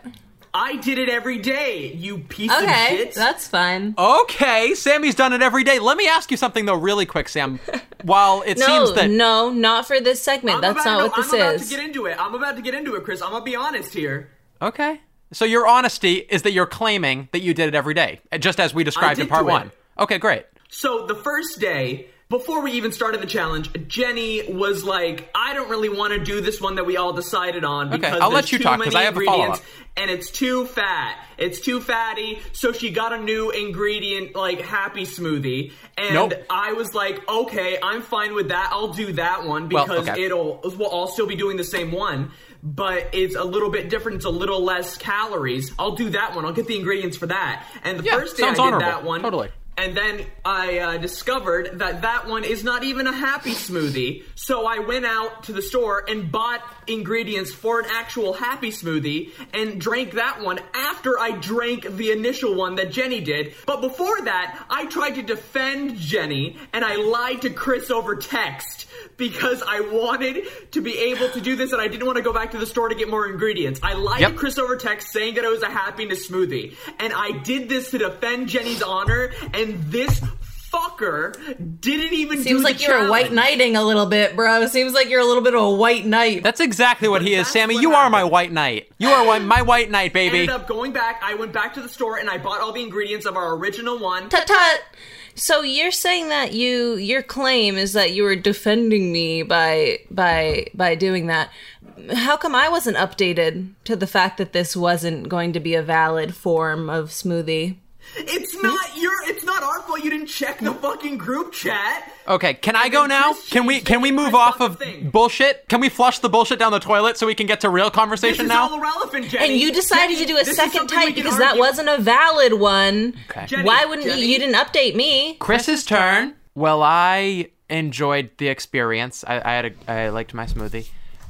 S3: I did it every day, you piece of
S1: Okay,
S3: shit.
S1: that's
S2: Oh,
S1: fine.
S2: Okay, Sammy's done it every day. Let me ask you something though, really quick, Sam. While it
S1: No,
S2: seems that
S1: no, not for this segment.
S3: I'm
S1: that's
S3: about,
S1: not
S3: no,
S1: what this
S3: I'm about
S1: is.
S3: to get into it. I'm about to get into it, Chris. I'm gonna be honest here.
S2: Okay. So your honesty is that you're claiming that you did it every day, eh, just as we described in
S3: did
S2: part
S3: do it.
S2: one. Okay, great.
S3: So the first day, before we even started the challenge, Jenny was like, "I don't really want to do this one that we all decided on because
S2: I'll let
S3: there's
S2: you
S3: too
S2: talk, 'cause I
S3: many
S2: have a follow-up.
S3: ingredients and it's too fat, it's too fatty." So she got a new ingredient like happy smoothie, and
S2: Nope.
S3: I was like, "Okay, I'm fine with that. I'll do that one
S2: Well,
S3: because
S2: okay.
S3: it'll we'll all still be doing the same one." But it's a little bit different. It's a little less calories. I'll do that one. I'll get the ingredients for that. And the
S2: Yeah,
S3: first day I
S2: sounds
S3: did
S2: honorable.
S3: that one.
S2: Totally.
S3: And then I uh, discovered that that one is not even a happy smoothie. So I went out to the store and bought ingredients for an actual happy smoothie and drank that one after I drank the initial one that Jenny did. But before that, I tried to defend Jenny and I lied to Chris over text because I wanted to be able to do this and I didn't want to go back to the store to get more ingredients. I lied
S2: Yep.
S3: to Chris over text saying that it was a happiness smoothie. And I did this to defend Jenny's honor, and this fucker didn't even do
S1: Seems
S3: the
S1: like you're a white
S3: challenge.
S1: knighting a little bit, bro. Seems like you're a little bit of a white knight.
S2: That's exactly what he is,
S3: that's
S2: Sammy.
S3: what
S2: You are my
S3: happened.
S2: white knight. You are one- my white knight,
S3: I
S2: baby.
S3: ended up going back. I went back to the store and I bought all the ingredients of our original one.
S1: tut tut. So you're saying that you your claim is that you were defending me by by by doing that. How come I wasn't updated to the fact that this wasn't going to be a valid form of smoothie?
S3: It's
S1: Hmm?
S3: not your. It's not our fault. You didn't check the fucking group chat.
S2: Okay, can I go
S3: then
S2: now?
S3: Chris
S2: Can we
S3: changed
S2: can we
S3: it.
S2: move
S3: I
S2: off
S3: thought
S2: of
S3: the thing.
S2: bullshit? Can we flush the bullshit down the toilet so we can get to real
S3: This
S2: conversation
S3: is
S2: now?
S3: all irrelevant, Jenny.
S1: And you decided to
S3: Jenny,
S1: do a
S3: this is
S1: second
S3: something we
S1: type
S3: can
S1: because that
S3: argue-
S1: wasn't a valid one.
S2: Okay.
S3: Jenny,
S1: Why wouldn't
S3: Jenny.
S1: you? You didn't update me.
S2: Chris's turn. Well, I enjoyed the experience. I, I had a I liked my smoothie.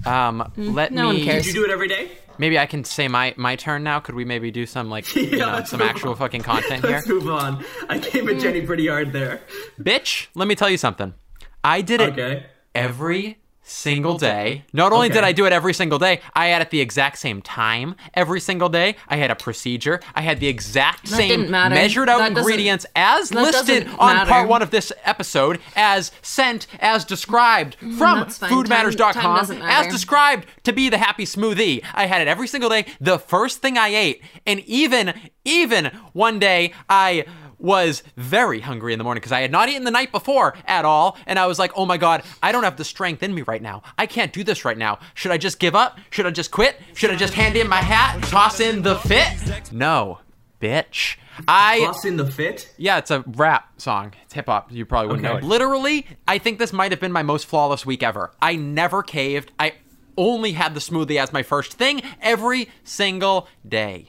S2: Um, let
S1: Mm, no
S2: me.
S1: one cares.
S3: Did you do it every day?
S2: Maybe I can say my my turn now. Could we maybe do some like you
S3: Yeah,
S2: know,
S3: let's
S2: some
S3: move
S2: actual
S3: on.
S2: fucking content here?
S3: Let's move on. I came
S1: Hmm.
S3: at Jenny pretty hard there.
S2: Bitch, let me tell you something. I did it
S3: Okay.
S2: every single day. Not only did
S3: Okay.
S2: I do it every single day, I had it the exact same time every single day. I had a procedure. I had the exact same
S1: didn't matter.
S2: measured out
S1: That doesn't-
S2: ingredients as
S1: that
S2: listed
S1: doesn't
S2: on
S1: matter.
S2: part one of this episode, as sent, as described from
S1: Mm, that's fine. Time- time
S2: foodmatters.com,
S1: doesn't
S2: as
S1: matter.
S2: described to be the happy smoothie. I had it every single day. The first thing I ate, and even even one day I was very hungry in the morning because I had not eaten the night before at all, and I was like, "Oh my god, I don't have the strength in me right now. I can't do this right now. Should I just give up? Should I just quit? Should I just hand in my hat, toss in the fit? No, bitch. I
S3: Us in the fit.
S2: yeah, it's a rap song. It's hip hop. You probably wouldn't
S3: Okay.
S2: know it. Literally, I think this might have been my most flawless week ever. I never caved. I only had the smoothie as my first thing every single day.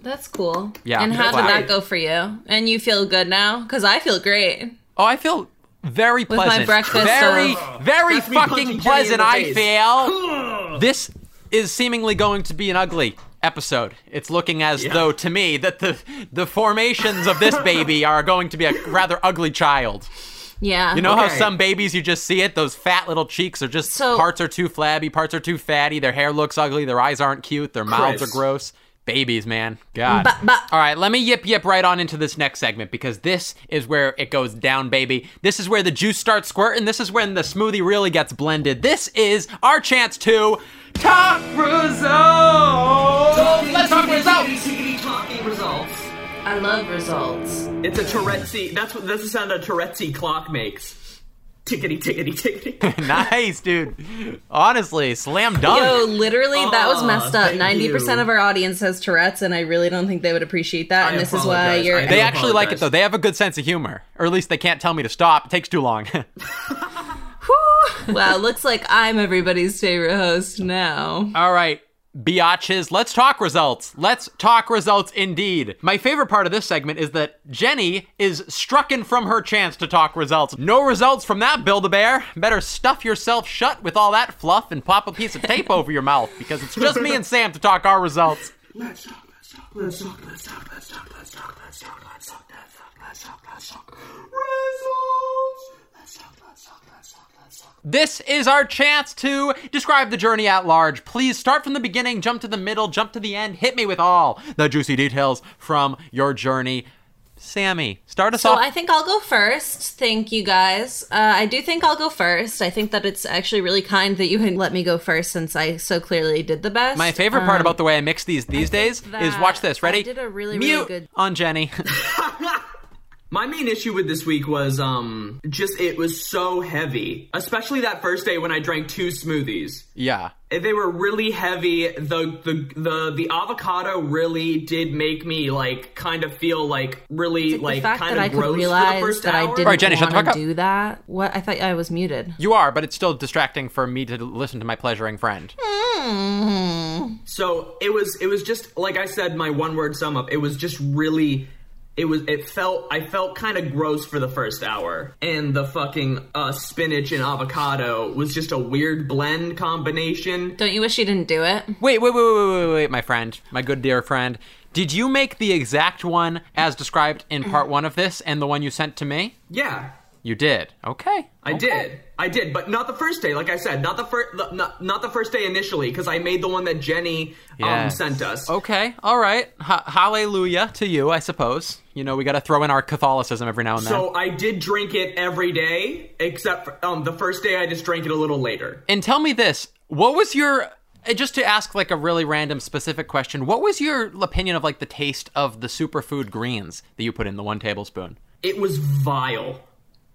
S1: That's cool.
S2: Yeah,
S1: And how
S2: wow.
S1: did that go for you? And you feel good now? Because I feel great.
S2: Oh, I feel very
S1: my
S2: pleasant.
S1: breakfast
S2: very,
S1: of-
S2: very
S3: That's me punching Jenny
S2: fucking
S3: in
S2: pleasant.
S3: the
S2: I
S3: face.
S2: feel. This is seemingly going to be an ugly episode. It's looking as though to me that the the formations of this baby are going to be a rather ugly child.
S1: Yeah.
S2: You know how
S3: Okay.
S2: some babies you just see it; those fat little cheeks are just
S1: So-
S2: parts are too flabby, parts are too fatty. Their hair looks ugly, their eyes aren't cute, their mouths are
S3: Christ.
S2: gross. Babies, man, God.
S1: Ba- ba-
S2: All right, let me yip yip right on into this next segment because this is where it goes down, baby. This is where the juice starts squirting. This is when the smoothie really gets blended. This is our chance to talk results. Let's talk results.
S3: Tickety-tocky results.
S1: I love results.
S3: It's a Tourette'sy. That's what that's the sound a Tourette'sy clock makes. Tickety tickety tickety.
S2: nice, dude. Honestly, slam dunk.
S1: Yo, literally, that was
S3: Oh, Aw,
S1: messed up.
S3: thank
S1: Ninety percent
S3: you.
S1: of our audience has Tourette's, and I really don't think they would appreciate that.
S3: I
S1: and this is why
S3: apologize.
S1: you're.
S3: I
S2: They
S3: do
S2: actually like it
S3: apologize.
S2: though. They have a good sense of humor, or at least they can't tell me to stop. It takes too long.
S1: wow, looks like I'm everybody's favorite host now.
S3: Uh,
S2: All right, biatches, let's talk results. Let's talk results indeed. My favorite part of this segment is that Jenny is strucken from her chance to talk results. No results from that Build-A-Bear. Better stuff yourself shut with all that fluff and pop a piece of tape over your mouth because it's just me and Sam to talk our results.
S7: Let's talk, let's talk, let's talk, let's talk, let's talk, let's talk, let's talk, let's talk, let's talk, let's talk, let's talk. Results! Let's talk, let's talk, let's talk, let's talk.
S2: This is our chance to describe the journey at large. Please start from the beginning, jump to the middle, jump to the end. Hit me with all the juicy details from your journey. Sammy, start us
S1: So
S2: off.
S1: I think I'll go first. Thank you guys. Uh, I do think I'll go first. I think that it's actually really kind that you had let me go first since I so clearly did the best.
S2: My favorite part about the way I mix these these days
S1: um, that
S2: is watch this.
S1: I
S2: Ready?
S1: did a really, really
S2: Mute
S1: good-
S2: on Jenny.
S3: My main issue with this week was um just it was so heavy, especially that first day when I drank two smoothies.
S2: yeah.
S3: They were really heavy. The the the the avocado really did make me like kind of feel like really
S1: Like,
S3: like
S1: the fact
S3: kind
S1: that I
S3: of
S1: could
S3: gross for the
S1: realize
S3: first
S1: that I
S3: hour.
S1: didn't
S2: Alright, Jenny, shut the
S1: want
S2: fuck
S1: to
S2: up.
S1: do that. What I thought I was muted.
S2: You are, but it's still distracting for me to listen to my pleasuring friend.
S3: So it was it was just like I said my one word sum up. It was just really it was it felt I felt kind of gross for the first hour. And the fucking uh spinach and avocado was just a weird blend combination.
S1: Don't you wish you didn't do it?
S2: Wait, wait, wait, wait, wait, wait, wait, my friend, my good dear friend. Did you make the exact one as described in part one of this and the one you sent to me?
S3: Yeah.
S2: You did. Okay.
S3: I did. I did, but not the first day. Like I said, not the first, not, not the first day initially, because I made the one that Jenny um,
S2: Yes. Oh,
S3: sent us.
S2: Okay. All right. Ha- hallelujah to you, I suppose. You know, we got to throw in our Catholicism every now and then.
S3: So I did drink it every day, except for, um, the first day I just drank it a little later.
S2: and tell me this what was your uh, just to ask like a really random specific question what was your opinion of like the taste of the superfood greens that you put in the one tablespoon
S3: It was vile.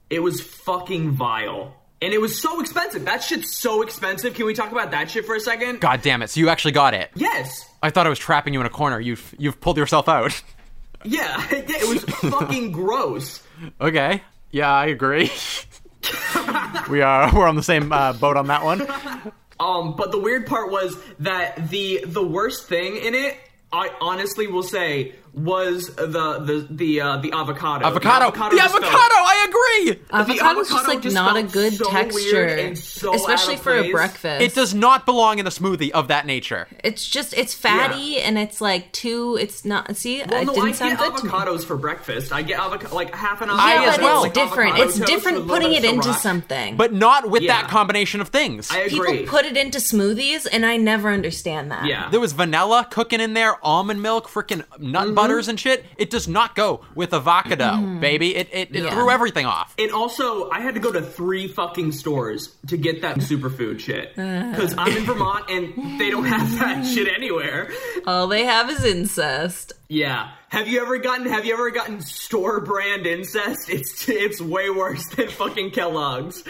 S3: It was fucking vile. And it was so expensive. That shit's so expensive. Can we talk about that shit for a second?
S2: god damn it so you actually got it
S3: Yes.
S2: i thought i was trapping you in a corner you've you've pulled yourself out
S3: Yeah. yeah it was fucking gross.
S2: okay yeah i agree we are we're on the same uh, boat on that one
S3: Um, but the weird part was that the the worst thing in it, I honestly will say, was the the the uh, the avocado.
S2: avocado the
S3: just felt-
S2: avocado i agree
S1: Avocado's just
S3: avocado
S1: like
S3: just
S1: not a
S3: felt
S1: good
S3: so weird
S1: texture,
S3: and so out
S1: especially
S3: of
S1: for a
S3: place.
S1: breakfast.
S2: it does not belong in a smoothie of that nature
S1: It's just it's fatty and it's like too. It's not. See,
S3: Well,
S1: it
S3: no,
S1: didn't
S3: I
S1: sound
S3: get
S1: good to me.
S3: avocados for breakfast. I get avocado like half an
S2: I
S3: avocado.
S2: as
S1: Yeah, but
S2: well.
S1: it's different.
S3: avocado
S1: It's
S3: toast with
S1: different
S3: a little
S1: putting it
S3: bit of
S1: into
S3: Ciroc.
S1: something.
S2: but not with
S3: Yeah.
S2: that combination of things
S3: I
S1: people
S3: agree.
S1: put it into smoothies, and I never understand that.
S3: yeah.
S2: There was vanilla cooking in there, almond milk, freaking nut
S1: Mm-hmm.
S2: butters and shit. It does not go with avocado, baby. It it, it
S1: Yeah.
S2: threw everything off.
S3: And also, I had to go to three fucking stores to get that superfood shit
S1: Uh.
S3: because I'm in Vermont and they don't have that shit anywhere.
S1: All they have is incest.
S3: Yeah. Have you ever gotten Have you ever gotten store brand incest? It's it's way worse than fucking Kellogg's.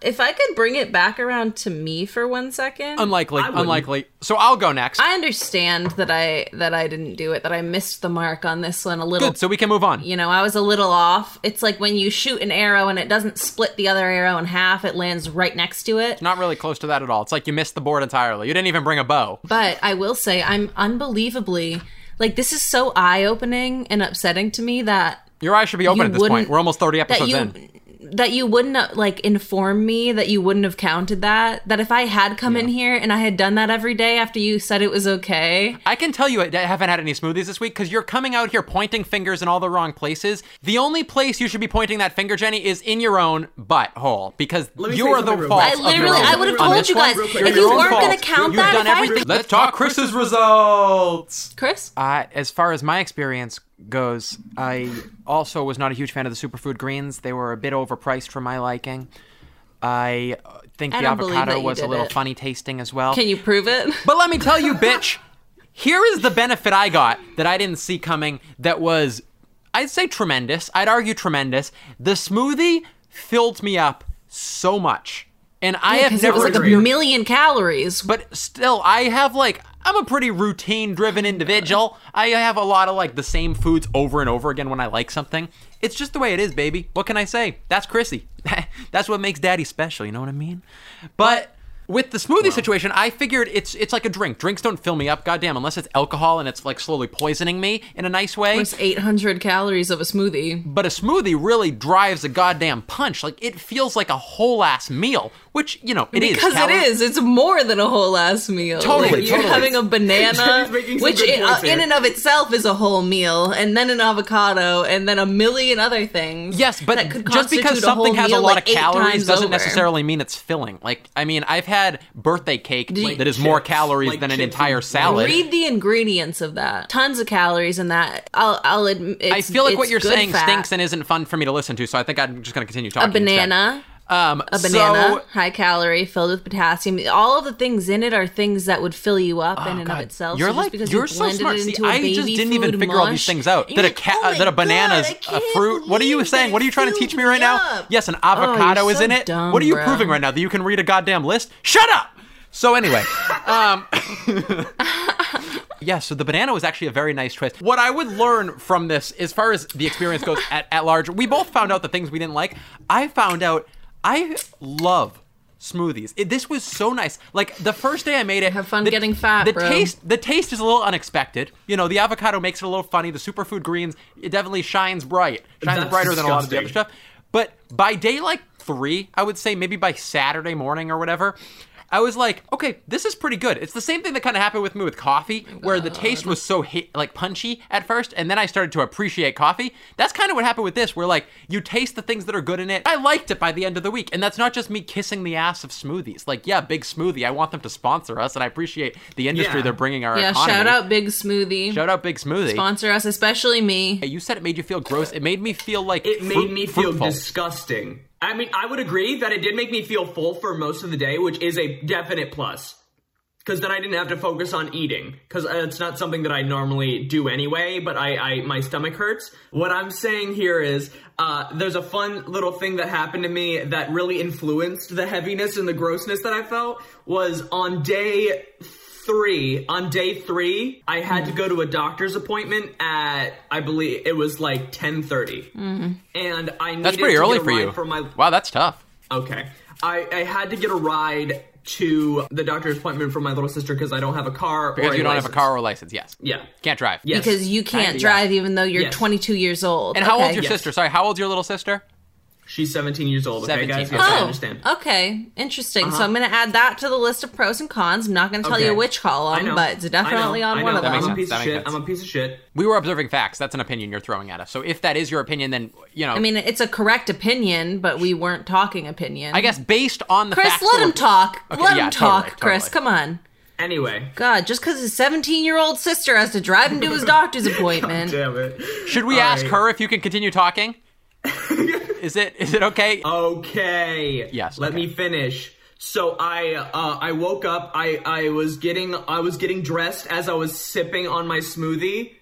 S1: If I could bring it back around to me for one second,
S2: Unlikely,
S3: wouldn't.
S2: unlikely. So I'll go next.
S1: I understand that I that I didn't do it, that I missed the mark on this one a little.
S2: Good, so we can move on.
S1: you know, I was a little off. It's like when you shoot an arrow and it doesn't split the other arrow in half; it lands right next to it.
S2: Not really close to that at all. It's like you missed the board entirely. You didn't even bring a bow.
S1: But I will say, I'm unbelievably like this is so eye opening and upsetting to me that
S2: Your eyes should be open
S1: You
S2: at this point.
S1: wouldn't-
S2: We're almost 30
S1: that
S2: episodes
S1: you
S2: in.
S1: that you wouldn't uh, like inform me that you wouldn't have counted that. That if I had come in here and I had done that every day after you said it was okay,
S2: I can tell you I haven't had any smoothies this week because you're coming out here pointing fingers in all the wrong places. The only place you should be pointing that finger, Jenny, is in your own butthole because
S3: Let me
S2: you
S3: say
S2: are the
S3: something real
S2: fault.
S1: I
S3: quick.
S2: of your
S1: literally
S2: own.
S1: I would have
S2: On
S1: told
S2: this
S1: you
S2: one,
S1: guys
S3: real quick,
S1: if
S3: you're
S1: you
S3: your own
S1: weren't
S3: fault.
S1: going to count
S2: You've
S1: that.
S2: done
S1: if I-
S2: everything. Let's talk Chris's results.
S1: Chris,
S2: Uh, as far as my experience goes, I also was not a huge fan of the superfood greens. They were a bit overpriced for my liking. I uh, think
S1: I
S2: the
S1: don't believe that
S2: avocado
S1: you
S2: was a
S1: did
S2: little
S1: it.
S2: funny tasting as well.
S1: can you prove it?
S2: But let me tell you, bitch, here is the benefit I got that I didn't see coming that was, I'd say tremendous. I'd argue tremendous. The smoothie filled me up so much. And I have
S1: Because it
S2: never
S1: was like a
S2: experienced-
S1: million calories.
S2: but still I have like I'm a pretty routine driven individual. I have a lot of like the same foods over and over again when I like something. It's just the way it is, baby. What can I say? That's Chrissy. That's what makes daddy special, you know what I mean? But with the smoothie situation, I figured it's it's like a drink. Drinks don't fill me up, goddamn, unless it's alcohol and it's like slowly poisoning me in a nice way
S1: It's 800 calories of a smoothie.
S2: but a smoothie really drives a goddamn punch. Like it feels like a whole ass meal, which you know it is
S1: because it
S2: calorie-
S1: is. It's more than a whole ass meal.
S2: Totally,
S1: Like, You're
S2: totally.
S1: having a banana,
S3: She's making some
S1: which
S3: good
S1: in,
S3: points
S1: uh, in
S3: here.
S1: and of itself is a whole meal, and then an avocado, and then a million other things.
S2: Yes, but
S1: that could
S2: just
S1: constitute
S2: because
S1: a whole
S2: something has a
S1: meal,
S2: lot
S1: like,
S2: of
S1: eight
S2: calories
S1: times
S2: doesn't
S1: over.
S2: necessarily mean it's filling. Like, I mean, I've had birthday cake
S1: you-
S2: that is more
S3: chips,
S2: calories
S3: like
S2: than an
S3: chips
S2: entire
S3: and-
S2: salad.
S1: Read the ingredients of that. Tons of calories in that. I'll, I'll admit.
S2: I feel like what
S1: it's
S2: you're
S1: good
S2: saying
S1: fat.
S2: stinks and isn't fun for me to listen to, so I think I'm just going to continue
S1: A
S2: talking. instead.
S1: banana.
S2: Um,
S1: A banana,
S2: So,
S1: high calorie, filled with potassium. All of the things in it are things that would fill you up in and of
S2: Oh, God,
S1: itself.
S2: You're
S1: so just
S2: like
S1: because
S2: you're
S1: you
S2: so
S1: blended
S2: smart.
S1: It
S2: See,
S1: into a
S2: I
S1: baby
S2: just didn't even
S1: food
S2: figure all these
S1: mush,
S2: things out.
S1: you're
S2: That a
S1: like,
S2: cat,
S1: "Oh my
S2: that a banana's
S1: God, I
S2: a
S1: can't
S2: fruit. What are you
S1: believe
S2: saying?
S1: that
S2: What are you
S1: it
S2: trying to
S1: filled
S2: teach me right
S1: me
S2: now?
S1: up." Oh,
S2: Yes, an
S1: you're
S2: avocado is
S1: so
S2: in it.
S1: dumb,
S2: what are you
S1: bro.
S2: proving right now? That you can read a goddamn list? Shut up. So anyway, um, yeah. So the banana was actually a very nice choice. What I would learn from this, as far as the experience goes at at large, we both found out the things we didn't like. I found out I love smoothies. It, this was so nice. Like the first day I made it,
S1: Have fun
S2: the-
S1: getting fat,
S2: The
S1: bro.
S2: taste the taste is a little unexpected. You know, the avocado makes it a little funny. The superfood greens, it definitely shines bright. Shines
S3: That's
S2: brighter than a lot of the other
S3: disgusting.
S2: stuff. But by day like three, I would say maybe by Saturday morning or whatever, I was like, okay, this is pretty good. It's the same thing that kind of happened with me with coffee, where the taste was so hit, like punchy at first, and then I started to appreciate coffee. That's kind of what happened with this, where like you taste the things that are good in it. I liked it by the end of the week, and that's not just me kissing the ass of smoothies. Like, yeah, big smoothie. I want them to sponsor us, and I appreciate the industry
S3: Yeah.
S2: they're bringing our
S1: Yeah,
S2: economy.
S1: shout out Big Smoothie.
S2: Shout out Big Smoothie.
S1: Sponsor us, especially me.
S2: you said it made you feel gross. It made me feel like
S3: It made
S2: fruit-
S3: me feel
S2: fruitful.
S3: disgusting. I mean, I would agree that it did make me feel full for most of the day, which is a definite plus. Because then I didn't have to focus on eating. Because it's not something that I normally do anyway. But I, I, my stomach hurts. What I'm saying here is, uh, there's a fun little thing that happened to me that really influenced the heaviness and the grossness that I felt. Was on day three on day three i had to go to a doctor's appointment at i believe it was like 10.30 and i needed
S2: Mm. That's pretty
S3: to
S2: early
S3: get a
S2: for
S3: ride
S2: you.
S3: for my
S2: wow, that's tough.
S3: okay I, I had to get a ride to the doctor's appointment for my little sister because i don't have a car
S2: Because
S3: or
S2: you don't have
S3: license.
S2: a car or a license, yes.
S3: yeah
S2: Can't drive.
S3: Yes.
S1: Because you can't
S2: Kinda, yeah.
S1: drive even though you're
S3: Yes.
S1: 22 years old.
S2: And how
S1: okay.
S2: old's your
S3: Yes.
S2: sister? Sorry, how old's your little sister?
S3: she's 17 years old okay
S2: 17,
S3: guys
S2: okay.
S3: yes, i
S1: Oh,
S3: understand Uh-huh.
S1: okay. Interesting. So I'm going to add that to the list of pros and cons. I'm not going to tell you
S3: Okay.
S1: which
S3: I
S1: column,
S3: know.
S1: but it's definitely
S3: I
S1: on
S3: know, I
S1: one
S3: know.
S1: of
S2: That
S1: them.
S2: makes
S3: I'm
S2: sense,
S3: a piece
S2: that
S3: of
S2: makes
S3: shit.
S2: sense.
S3: I'm a piece of shit.
S2: We were observing facts. That's an opinion you're throwing at us. So if that is your opinion, then you know.
S1: I mean, it's a correct opinion, but we weren't talking opinion.
S2: I guess based on the
S1: Chris,
S2: facts
S1: let
S2: that
S1: him
S2: were-
S1: talk.
S2: Okay,
S1: let
S2: yeah,
S1: him talk,
S2: totally,
S1: Chris.
S2: totally.
S1: Come on.
S3: Anyway,
S1: God, just because his 17 year old sister has to drive him to his doctor's appointment.
S3: damn it.
S2: Should we
S3: All
S2: ask
S3: right.
S2: her if you can continue talking? is it is it okay?
S3: Okay.
S2: Yes,
S3: Let
S2: okay.
S3: me finish. So I uh, I woke up. I I was getting I was getting dressed as I was sipping on my smoothie.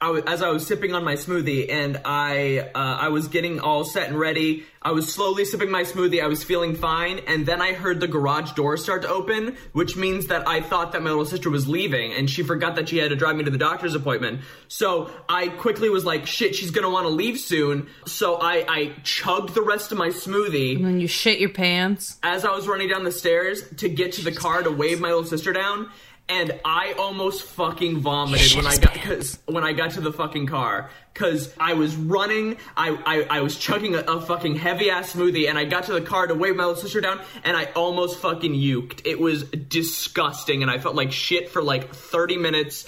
S3: I was, as I was sipping on my smoothie, and I uh, I was getting all set and ready. I was slowly sipping my smoothie. I was feeling fine, and then I heard the garage door start to open, which means that I thought that my little sister was leaving, and she forgot that she had to drive me to the doctor's appointment. So I quickly was like, "Shit, she's gonna want to leave soon." So I I chugged the rest of my smoothie
S1: And you shit your pants.
S3: as I was running down the stairs to get to the car to wave my little sister down, and I almost fucking vomited when I got cause when I got to the fucking car because I was running, I I, I was chugging a, a fucking heavy ass smoothie, and I got to the car to wave my little sister down, and I almost fucking uked. It was disgusting, and I felt like shit for like thirty minutes.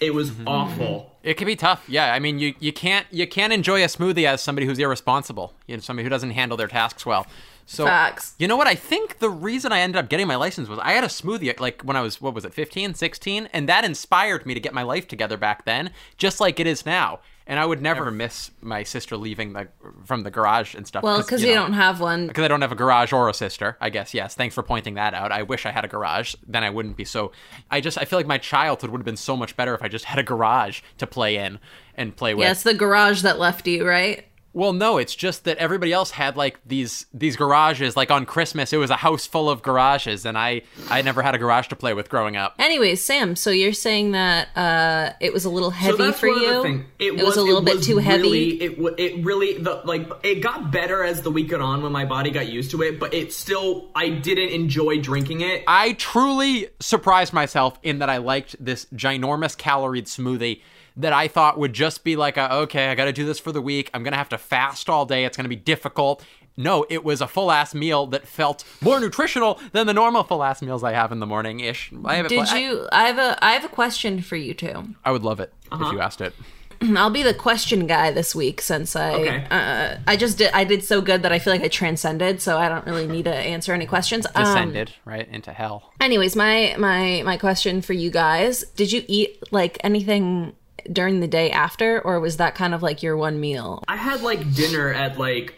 S3: It was awful.
S2: It can be tough. Yeah, I mean, you, you can't you can't enjoy a smoothie as somebody who's irresponsible. You know, somebody who doesn't handle their tasks well. So
S1: Facts.
S2: you know what? I think the reason I ended up getting my license was I had a smoothie like when I was what was it, 15, 16, and that inspired me to get my life together back then, just like it is now. And I would never miss my sister leaving the from the garage and stuff.
S1: Well, because you
S2: know,
S1: don't have one.
S2: because I don't have a garage or a sister. I guess yes. Thanks for pointing that out. I wish I had a garage. Then I wouldn't be so. I just I feel like my childhood would have been so much better if I just had a garage to play in and play with.
S1: Yeah, it's the garage that left you, right?
S2: Well, no, it's just that everybody else had like these these garages. Like on Christmas, it was a house full of garages, and I I never had a garage to play with growing up.
S1: Anyways, Sam, so you're saying that uh, it was a little heavy for
S3: one of the
S1: you.
S3: thing-
S1: It, was, a little
S3: it
S1: bit
S3: was
S1: too heavy.
S3: really- It wa- it really the like it got better as the week went on when my body got used to it, but it still I didn't enjoy drinking it.
S2: I truly surprised myself in that I liked this ginormous caloried smoothie that I thought would just be like, a, okay, I got to do this for the week. I'm gonna have to fast all day. It's gonna be difficult. No, it was a full ass meal that felt more nutritional than the normal full ass meals I have in the morning ish. I have it
S1: Did
S2: pla- I,
S1: you? I have a I have a question for you two.
S2: I would love it if
S1: Uh-huh.
S2: you asked it.
S1: I'll be the question guy this week since I
S3: Okay.
S1: uh, I just did I did so good that I feel like I transcended, so I don't really need to answer any questions. Um,
S2: Descended right into hell.
S1: anyways, my my my question for you guys: Did you eat like anything during the day after, or was that kind of like your one meal?
S3: I had like dinner at like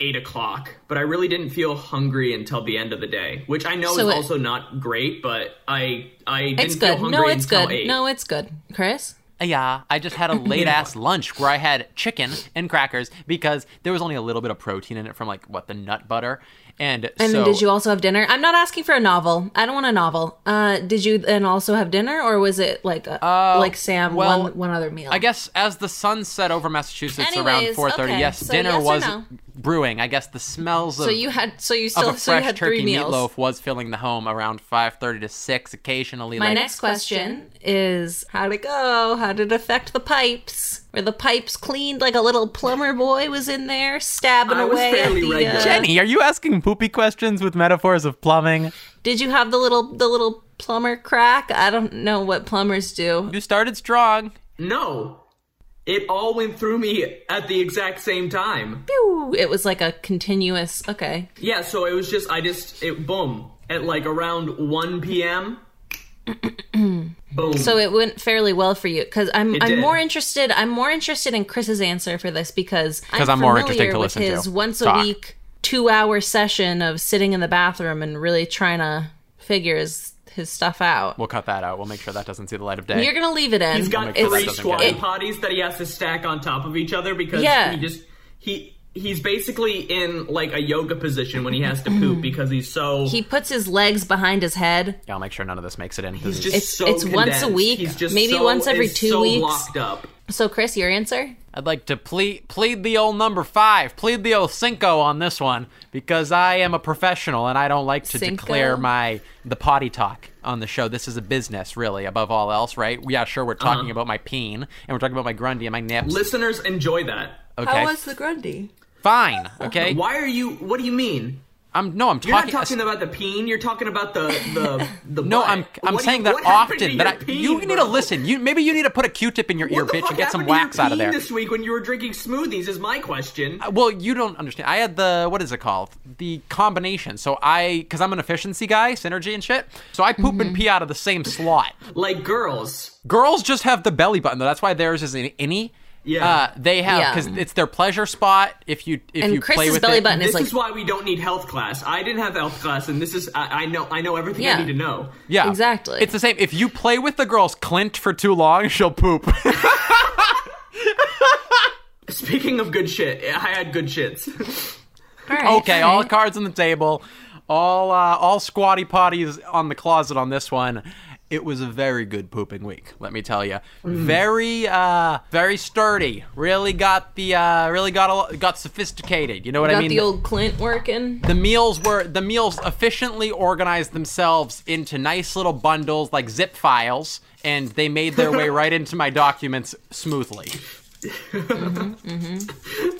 S3: eight o'clock, but I really didn't feel hungry until the end of the day, which I know
S1: So
S3: is
S1: it-
S3: also not great. But I I didn't
S1: It's
S3: feel
S1: good.
S3: hungry
S1: No, it's
S3: until
S1: good.
S3: eight.
S1: No, it's good. Chris.
S2: Yeah, I just had a late ass lunch where I had chicken and crackers because there was only a little bit of protein in it from like what the nut butter, and
S1: And
S2: so
S1: then did you also have dinner? I'm not asking for a novel. I don't want a novel. Uh, did you then also have dinner, or was it like a, like Sam
S2: Oh, well,
S1: one one other meal?
S2: I guess as the sun set over Massachusetts around
S1: Anyways,
S2: four thirty,
S1: okay,
S2: yes,
S1: so
S2: dinner
S1: yes or
S2: was
S1: no?
S2: brewing. I guess the smells
S1: so
S2: of
S1: you had so you
S2: of
S1: still
S2: a
S1: so you
S2: fresh
S1: had
S2: turkey
S1: three meals.
S2: meatloaf was filling the home around five thirty to six. Occasionally,
S1: My
S2: like
S1: next question is how'd it go? How did it affect the pipes? Were the pipes cleaned like a little plumber boy was in there stabbing
S3: I was
S1: away at
S3: fairly
S1: the?
S3: regular.
S1: Uh,
S2: Jenny, are you asking poopy questions with metaphors of plumbing?
S1: did you have the little the little plumber crack? I don't know what plumbers do.
S2: You started strong.
S3: no, it all went through me at the exact same time.
S1: Pew! It was like a continuous. Okay,
S3: Yeah, so it was just I just it boom at like around one p.m. boom.
S1: so it went fairly well for you because I'm I'm
S3: did.
S1: more interested. I'm more interested in Chris's answer for this because I'm,
S2: I'm more interesting
S1: familiar
S2: to
S1: with
S2: listen to.
S1: his once a
S2: Talk.
S1: week two hour session of sitting in the bathroom and really trying to figure his, his stuff out.
S2: We'll cut that out. We'll make sure that doesn't see the light of day.
S1: You're gonna leave it in.
S3: He's got
S2: Oh my God,
S3: three
S2: that doesn't
S3: squatty
S2: count.
S3: potties that he has to stack on top of each other because
S1: Yeah.
S3: he just he he's basically in like a yoga position when he has to poop because he's so
S1: Mm. he puts his legs behind his head.
S2: I'll make sure none of this makes it in.
S3: he's just
S1: it's-
S3: so
S1: it's once a
S3: condensed.
S1: week,
S3: He's just
S1: maybe
S3: so-
S1: once every
S3: is
S1: two
S3: so
S1: weeks.
S3: Locked up.
S1: So, Chris, your answer?
S2: I'd like to plead plead the old number five, plead the old cinco on this one because I am a professional and I don't like to
S1: Cinco?
S2: declare my the potty talk on the show. This is a business, really, above all else, right? Yeah, sure, we're
S3: Uh-huh.
S2: talking about my peen and we're talking about my grundy and my nips.
S3: Listeners enjoy that.
S2: okay,
S1: the Grundy?
S2: fine. Okay,
S3: Why are you? What do you mean?
S2: I'm no, I'm
S3: You're
S2: talking.
S3: not talking about the peen. You're talking about the the the.
S2: no,
S3: butt.
S2: I'm I'm
S3: What do
S2: saying
S3: you-
S2: that
S3: what happened to
S2: often
S3: your
S2: that I,
S3: peen,
S2: you need to
S3: bro?
S2: listen. You maybe you need to put a Q-tip in your ear,
S3: What the
S2: bitch,
S3: fuck
S2: and get some
S3: happened to your
S2: wax out of
S3: peen
S2: there.
S3: This week, when you were drinking smoothies, is my question.
S2: Well, you don't understand. I had the what is it called? The combination. So I, because I'm an efficiency guy, synergy and shit. So I poop and pee out of the same slot.
S3: Like girls,
S2: Girls just have the belly button though. That's why theirs is an innie.
S3: Yeah.
S2: Uh, they have
S1: Yeah.
S2: because it's their pleasure spot. If you if you
S1: And
S2: play
S1: Chris's
S2: with
S1: belly
S2: it.
S1: button
S3: This
S1: is like
S3: is why we don't need health class. I didn't have health class, and this is I, I know I know everything I
S1: Yeah.
S3: need to know.
S2: Yeah,
S1: Exactly.
S2: It's the same. If you play with the girl's clint for too long, she'll poop.
S3: Speaking of good shit, I had good shits.
S1: all right,
S2: okay, all
S1: right.
S2: cards on the table, all uh, all squatty potties on the closet on this one. it was a very good pooping week. Let me tell you,
S1: Mm-hmm.
S2: very, uh, very sturdy. Really got the, uh, really got a, lo- got sophisticated. You know what
S1: Got
S2: I mean?
S1: the old Clint working.
S2: the meals were the meals efficiently organized themselves into nice little bundles like zip files and they made their way right into my documents smoothly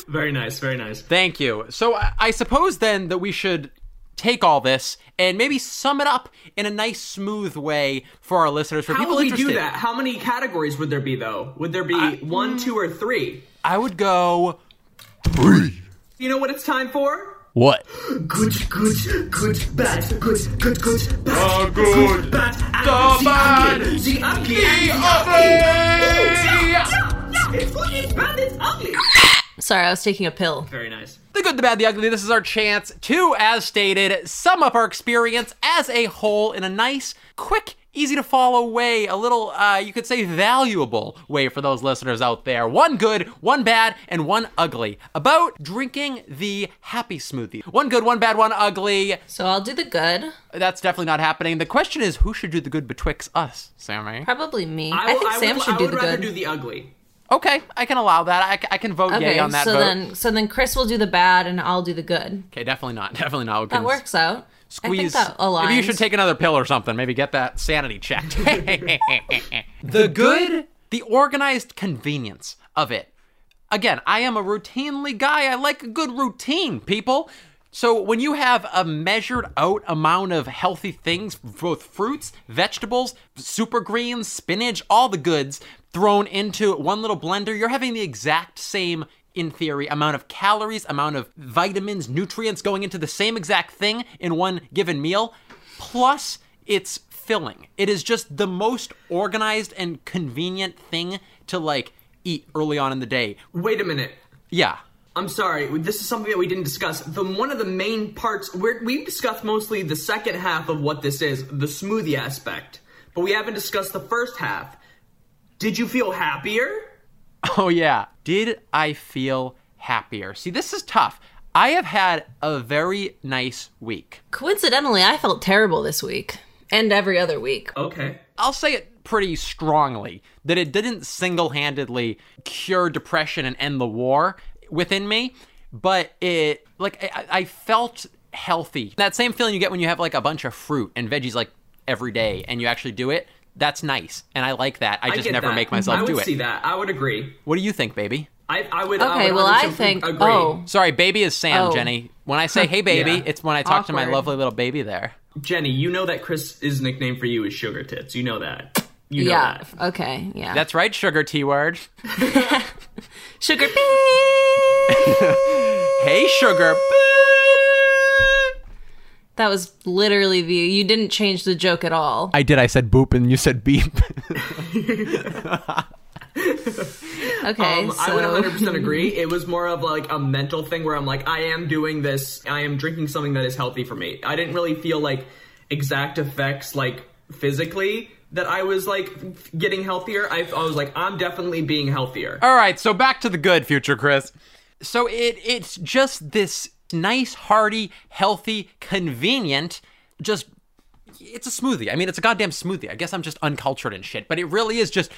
S3: Very nice, very nice.
S2: thank you so i, I suppose then that we should take all this and maybe sum it up in a nice smooth way for our listeners for
S3: How
S2: people
S3: would we
S2: interested
S3: do that? How many categories would there be though? Would there be one,
S2: Mm.
S3: two, or three?
S2: i would go
S3: You know what it's time for?
S2: what
S7: Good, good, good, bad, good, good, good, bad, good, bad,
S2: the bad,
S7: and the ugly, the ugly,
S3: It's good, it's bad, it's ugly.
S1: Sorry, I was taking a pill.
S3: Very nice.
S2: The good, the bad, the ugly. This is our chance to, as stated, sum up our experience as a whole in a nice, quick, easy to follow way, a little, uh, you could say, valuable way for those listeners out there. One good, one bad, and one ugly. About drinking the happy smoothie. One good, one bad, one ugly.
S1: So I'll do the good.
S2: That's definitely not happening. The question is who should do the good betwixt us, Sammy?
S1: Probably me. I,
S3: will-
S1: think Sam
S3: would,
S1: should
S3: I
S1: do
S3: would
S1: the
S3: rather
S1: good.
S3: do the ugly.
S2: Okay, I can allow that. I, c- I can vote
S1: okay,
S2: yay on that
S1: so
S2: vote.
S1: then so then Chris will do the bad and I'll do the good.
S2: okay, definitely not. Definitely not. We
S1: That
S2: can-
S1: works out.
S2: squeeze.
S1: I think that aligns.
S2: Maybe you should take another pill or something. Maybe get that sanity checked. the good, the organized convenience of it. Again, I am a routinely guy. I like a good routine, people. So when you have a measured out amount of healthy things, both fruits, vegetables, super greens, spinach, all the goods thrown into one little blender, you're having the exact same in theory, amount of calories, amount of vitamins, nutrients going into the same exact thing in one given meal, plus it's filling. It is just the most organized and convenient thing to like eat early on in the day.
S3: Wait a minute.
S2: Yeah.
S3: I'm sorry. This is something that we didn't discuss. The one of the main parts we're, we've discussed mostly the second half of what this is, the smoothie aspect, but we haven't discussed the first half. Did you feel happier?
S2: Oh, yeah. Did I feel happier? See, this is tough. I have had a very nice week.
S1: Coincidentally, I felt terrible this week and every other week.
S3: Okay.
S2: I'll say it pretty strongly that it didn't single handedly cure depression and end the war within me, but it, like, I, I felt healthy. That same feeling you get when you have, like, a bunch of fruit and veggies, like, every day and you actually do it. That's nice. And I like that. I
S3: I
S2: just
S3: get
S2: never
S3: that.
S2: make myself
S3: I would
S2: do it.
S3: see that. I would agree.
S2: What do you think, baby?
S3: I, I would. I
S1: Okay,
S3: would
S1: well, I
S3: 100%
S1: think.
S3: Agree.
S1: Oh,
S2: Sorry, baby is Sam,
S1: Oh.
S2: Jenny. When I say, hey, baby,
S3: Yeah.
S2: it's when I talk to my
S1: Awkward.
S2: lovely little baby there.
S3: Jenny, you know that Chris's nickname for you is Sugar Tits. You know that. You know
S1: yeah.
S3: that.
S1: Okay, yeah.
S2: That's right, sugar T word.
S1: sugar pea.
S2: Hey, sugar.
S1: that was literally the. You didn't change the joke at all.
S2: I did. I said boop and you said beep.
S1: Okay,
S3: Um,
S1: so
S3: I would 100 percent agree. It was more of like a mental thing where I'm like, I am doing this. I am drinking something that is healthy for me. I didn't really feel like exact effects like physically that I was like f- getting healthier. I, I was like, I'm definitely being healthier.
S2: All right, so back to the good, future Chris. So it it's just this nice, hearty, healthy, convenient, just it's a smoothie. I mean, it's a goddamn smoothie. I guess I'm just uncultured and shit, but it really is just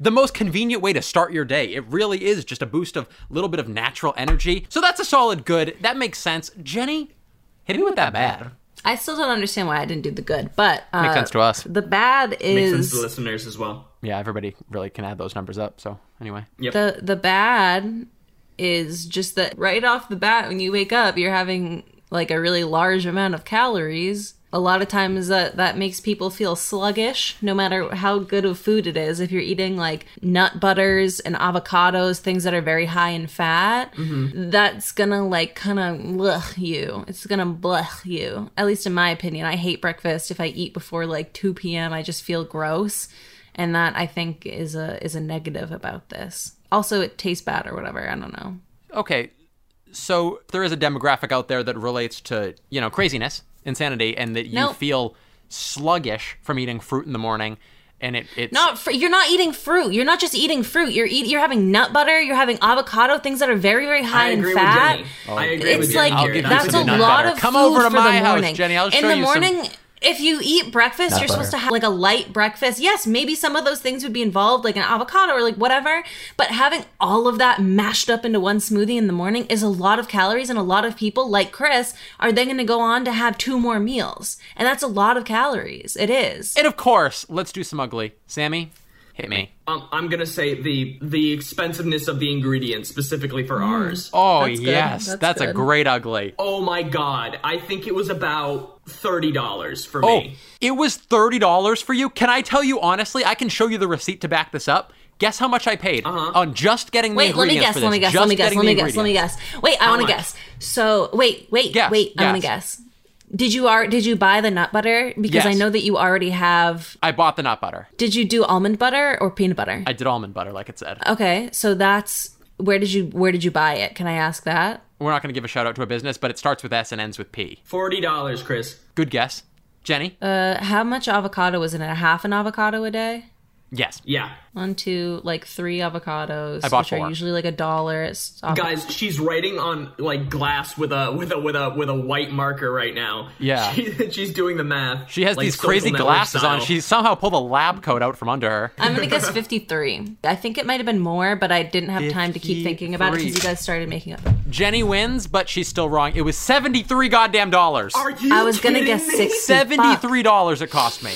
S2: the most convenient way to start your day. It really is just a boost of a little bit of natural energy. So that's a solid good. That makes sense. Jenny, hit me with that bad.
S1: I still don't understand why I didn't do the good, but uh,
S2: Makes sense to us.
S1: The bad
S3: Makes sense to the
S1: is
S3: listeners as well.
S2: Yeah, everybody really can add those numbers up. So anyway.
S1: the the bad is just that right off the bat when you wake up you're having like a really large amount of calories a lot of times that that makes people feel sluggish no matter how good of food it is if you're eating like nut butters and avocados things that are very high in fat that's gonna like kind of blech you it's gonna blech you at least in my opinion i hate breakfast if i eat before like 2 p.m i just feel gross and that I think is a is a negative about this. Also, it tastes bad or whatever. I don't know.
S2: okay so there is a demographic out there that relates to you know craziness insanity and that you
S1: Nope.
S2: feel sluggish from eating fruit in the morning and it it's
S1: Not fr- you're not eating fruit. You're not just eating fruit. You're eat- you're having nut butter. You're having avocado things that are very very high
S3: I
S1: in
S3: agree with
S1: fat.
S3: Jenny. I agree with
S1: It's
S3: Jenny.
S1: like
S3: here.
S2: give you
S1: that's
S2: some
S1: a
S2: nut
S1: lot
S2: butter.
S1: of
S2: Oh, Come
S1: food
S2: over to
S1: for
S2: my
S1: the
S2: house,
S1: morning.
S2: Jenny. I'll
S1: in
S2: show
S1: the
S2: you some-
S1: morning, If you eat breakfast,
S8: Not
S1: you're supposed to
S8: butter.
S1: have like a light breakfast. Yes, maybe some of those things would be involved, like an avocado or like whatever. But having all of that mashed up into one smoothie in the morning is a lot of calories, and a lot of people, like Chris, are then going to go on to have two more meals, and that's a lot of calories. It is.
S2: And of course, let's do some ugly. Sammy, hit me.
S3: Um, I'm gonna say the the expensiveness of the ingredients specifically for ours.
S2: Oh
S1: That's good.
S2: yes,
S1: That's
S2: that's, a
S1: good.
S2: great ugly.
S3: Oh my god! I think it was about thirty dollars for
S2: Oh,
S3: me.
S2: it was thirty dollars for you. Can I tell you honestly? I can show you the receipt to back this up. Guess how much I paid on just getting the
S1: Uh-huh. Wait, let me
S2: ingredients
S1: guess.
S2: for
S1: Let
S2: this,
S1: me guess.
S2: just
S1: Let me guess.
S2: getting
S1: Let
S2: the
S1: me guess. Let me
S2: ingredients.
S1: guess. Wait, I want to
S3: much?
S1: guess. So wait, wait,
S2: Guess,
S1: wait. I want to
S2: guess.
S1: guess. Did you are did you buy the nut butter? Because I
S2: Yes.
S1: know that you already have.
S2: I bought the nut butter.
S1: Did you do almond butter or peanut butter?
S2: I did almond butter, like it said.
S1: okay, so that's where did you where did you buy it? Can I ask that?
S2: We're not going to give a shout out to a business, but it starts with S and ends with P.
S3: Forty dollars, Chris.
S2: Good guess, Jenny.
S1: Uh, how much avocado was in it? A half an avocado a day?
S2: yes.
S3: Yeah,
S1: One, two, like three avocados,
S2: I bought
S1: which
S2: four.
S1: are usually like a dollar. It's avo-
S3: guys, she's writing on like glass with a with a with a with a white marker right now.
S2: Yeah.
S3: she, she's doing the math.
S2: She has
S3: like,
S2: these
S3: Social
S2: crazy
S3: Network
S2: glasses on.
S3: style.
S2: She somehow pulled a lab coat out from under her.
S1: I'm gonna guess 53. I think it might have been more, but I didn't have time to keep thinking about it because you
S2: 53.
S1: guys started making up.
S2: Jenny wins, but she's still wrong. It was seventy-three goddamn dollars.
S3: Are you
S1: I was gonna
S3: kidding
S1: guess
S3: me?
S1: six.
S2: Seventy-three dollars it cost me.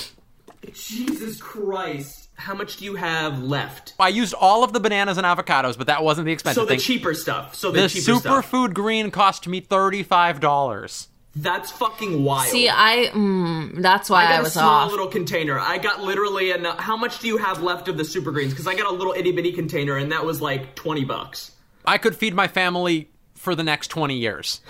S3: Jesus Christ! How much do you have left?
S2: I used all of the bananas and avocados, but that wasn't the expensive
S3: So the
S2: thing.
S3: cheaper stuff. So the,
S2: the
S3: cheaper stuff.
S2: superfood green cost me thirty-five dollars.
S3: That's fucking wild.
S1: See, I mm, that's why
S3: I
S1: I,
S3: got a
S1: was
S3: small
S1: off.
S3: little container. I got literally enough. How much do you have left of the super greens? Because I got a little itty bitty container, and that was like twenty bucks.
S2: I could feed my family for the next twenty years.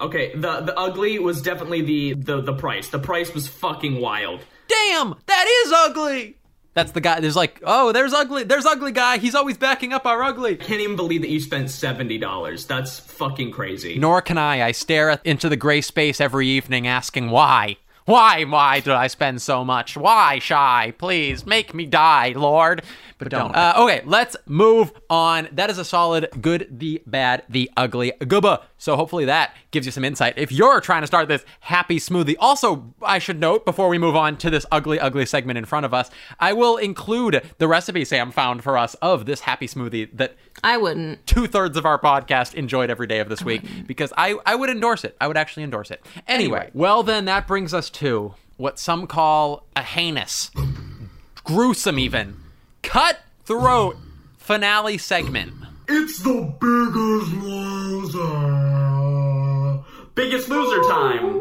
S3: Okay, the the ugly was definitely the the the price. The price was fucking wild.
S2: Damn, that is ugly. That's the guy. There's like, oh, there's ugly. There's ugly guy. He's always backing up our ugly.
S3: Can't even believe that you spent seventy dollars. That's fucking crazy.
S2: Nor can I. I stare at, into the gray space every evening, asking why. Why, why did I spend so much? Why, shy? Please make me die, Lord. But don't. Uh, okay, let's move on. That is a solid good, the bad, the ugly, gooba. So hopefully that gives you some insight. If you're trying to start this happy smoothie, also I should note before we move on to this ugly, ugly segment in front of us, I will include the recipe Sam found for us of this happy smoothie that
S1: I wouldn't.
S2: two thirds of our podcast enjoyed every day of this week because I, I would endorse it. I would actually endorse it. Anyway, well, then that brings us to what some call a heinous, gruesome, even cutthroat finale segment.
S7: It's the biggest loser.
S3: Biggest loser time.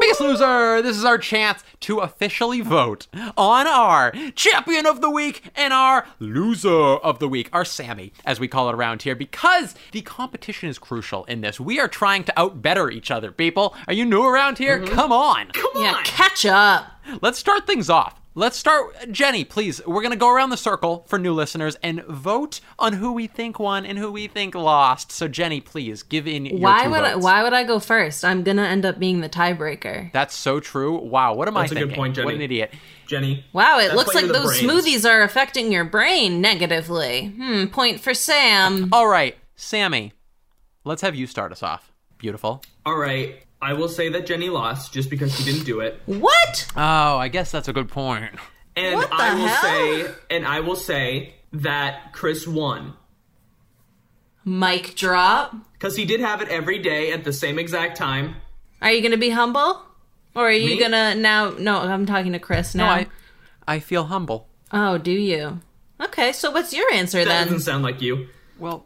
S2: Biggest loser! This is our chance to officially vote on our champion of the week and our loser of the week, our Sammy, as we call it around here, because the competition is crucial in this. We are trying to out better each other, people. Are you new around here?
S3: Mm-hmm.
S2: Come on!
S1: Yeah, catch up.
S2: Let's start things off. Let's start, Jenny, please. We're going to go around the circle for new listeners and vote on who we think won and who we think lost. So, Jenny, please give in your
S1: Why
S2: two
S1: would I,
S2: votes.
S1: why would I go first? I'm gonna end up being the tiebreaker.
S2: That's so true. Wow, what am
S3: That's
S2: I
S3: a good
S2: thinking?
S3: point, Jenny.
S2: What an idiot.
S3: Jenny.
S1: Wow, it
S3: That's
S1: looks
S3: why
S1: like
S3: you're the
S1: those
S3: brains.
S1: smoothies are affecting your brain negatively. Hmm, point for Sam.
S2: All right, Sammy, let's have you start us off. Beautiful.
S3: All right. I will say that Jenny lost just because she didn't do it.
S1: What?
S2: Oh, I guess that's a good point.
S3: And
S1: What the
S3: I will
S1: hell?
S3: say and I will say that Chris won.
S1: Mic drop.
S3: Because he did have it every day at the same exact time.
S1: Are you gonna be humble? Or are you
S3: Me?
S1: gonna now no, I'm talking to Chris
S2: No,
S1: now.
S2: I, I feel humble.
S1: Oh, do you? Okay, so what's your answer
S3: That
S1: then?
S3: doesn't sound like you.
S2: Well,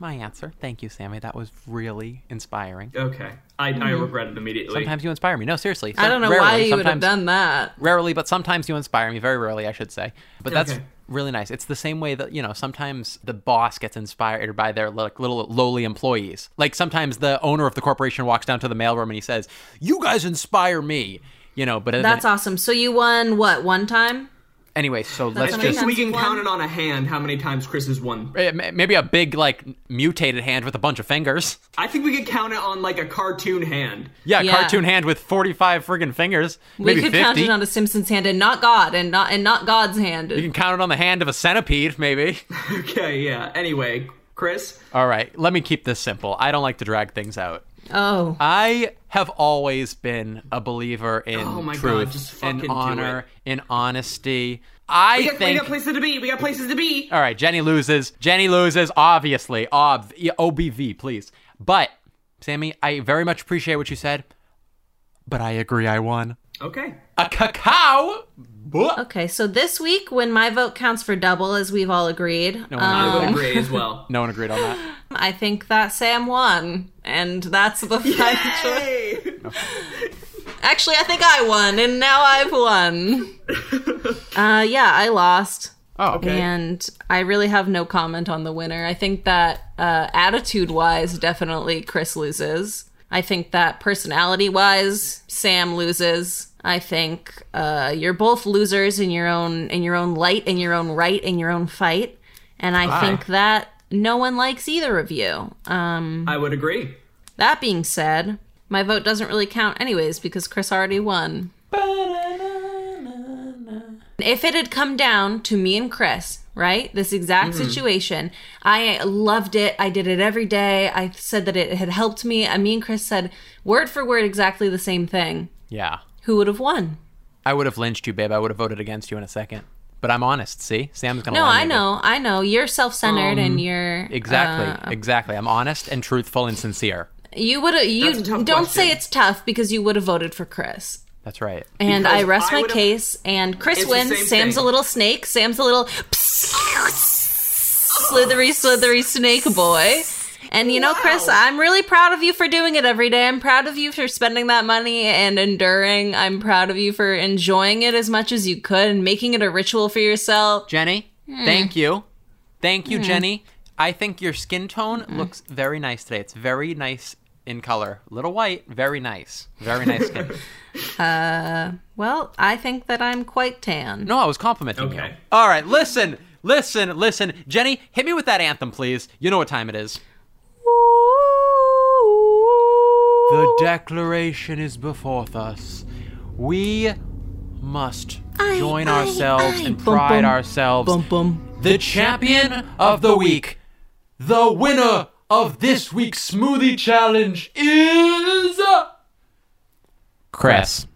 S2: my answer. Thank you, Sammy. That was really inspiring.
S3: Okay. I, I
S1: Mm-hmm.
S3: regret it immediately.
S2: Sometimes you inspire me. No, seriously.
S1: I don't know
S2: Rarely,
S1: why you would have
S2: sometimes-
S1: done that.
S2: rarely, but sometimes you inspire me. Very rarely, I should say. But that's
S3: Okay.
S2: really nice. It's the same way that you know sometimes the boss gets inspired by their like little lowly employees. Like sometimes the owner of the corporation walks down to the mailroom and he says, "You guys inspire me." You know, but then-
S1: That's awesome. So you won what one time?
S2: anyway. So let's
S3: I
S1: amazing.
S2: just
S3: think we can
S1: Sometimes
S3: count
S1: one-
S3: it on a hand how many times Chris has won.
S2: eh, ma- maybe a big like mutated hand with a bunch of fingers.
S3: I think we can count it on like a cartoon hand.
S2: Yeah,
S1: Yeah.
S2: cartoon hand with forty-five friggin' fingers. Maybe
S1: we could
S2: fifty.
S1: count it on a Simpson's hand and not God and not and not God's hand.
S2: you can count it on the hand of a centipede, maybe.
S3: Okay, yeah. Anyway, Chris,
S2: All right, let me keep this simple. I don't like to drag things out.
S1: Oh.
S2: I have always been a believer in
S3: Oh my God,
S2: truth
S3: just
S2: and
S3: fucking do
S2: honor and honesty. I
S3: We got, we
S2: think.
S3: got places to be. We got places to be.
S2: All right, Jenny loses. Jenny loses, obviously. Ob- yeah, OBV, please. But, Sammy, I very much appreciate what you said, but I agree I won.
S3: Okay.
S2: A cacao? Blah.
S1: Okay, so this week, when my vote counts for double, as we've all agreed, um,
S2: No one agreed.
S7: Um.
S3: I would agree as well.
S2: No one agreed on that.
S1: I think that Sam won, and that's the final choice.
S3: Hey!
S1: Actually, I think I won, and now I've won. uh, yeah, I lost,
S2: Oh, okay.
S1: and I really have no comment on the winner. I think that uh, attitude-wise, definitely Chris loses. I think that personality-wise, Sam loses. I think uh, you're both losers in your own in your own light, in your own right, in your own fight, and I think that no one likes either of you.
S3: I would agree.
S1: That being said, my vote doesn't really count anyways because Chris already won. If it had come down to me and Chris, right? This exact
S3: Mm-hmm.
S1: situation, I loved it. I did it every day. I said that it had helped me. And me and Chris said word for word exactly the same thing.
S2: Yeah.
S1: Who would have won?
S2: I would have lynched you, babe. I would have voted against you in a second. But I'm honest, see? Sam's going to
S1: No,
S3: Oh,
S1: I know. I know. You're self centered
S3: Um,
S1: and you're.
S2: Exactly.
S1: uh,
S2: exactly. I'm honest and truthful and sincere.
S1: you would have. You
S3: That's a tough
S1: don't say
S3: question.
S1: it's tough because you would have voted for Chris.
S2: That's right.
S1: And I
S3: Because
S1: rest
S3: I
S1: my
S3: would've-
S1: case, and Chris
S3: It's the
S1: wins.
S3: same
S1: Sam's
S3: thing.
S1: a little snake. Sam's a little slithery, slithery snake boy. And you know, Chris, I'm really proud of you for doing it every day. I'm proud of you for spending that money and enduring. I'm proud of you for enjoying it as much as you could and making it a ritual for yourself.
S2: Jenny, thank you. Thank you, Jenny. I think your skin tone looks very nice today. It's very nice in color. Little white, very nice. Very nice skin.
S1: Well, I think that I'm quite tan.
S2: no, I was complimenting you.
S3: Okay.
S2: All right, listen, listen, listen. Jenny, hit me with that anthem, please. You know what time it is. The declaration is before us. We must join ourselves and pride ourselves. The champion of the week, the winner of this week's smoothie challenge is Chris.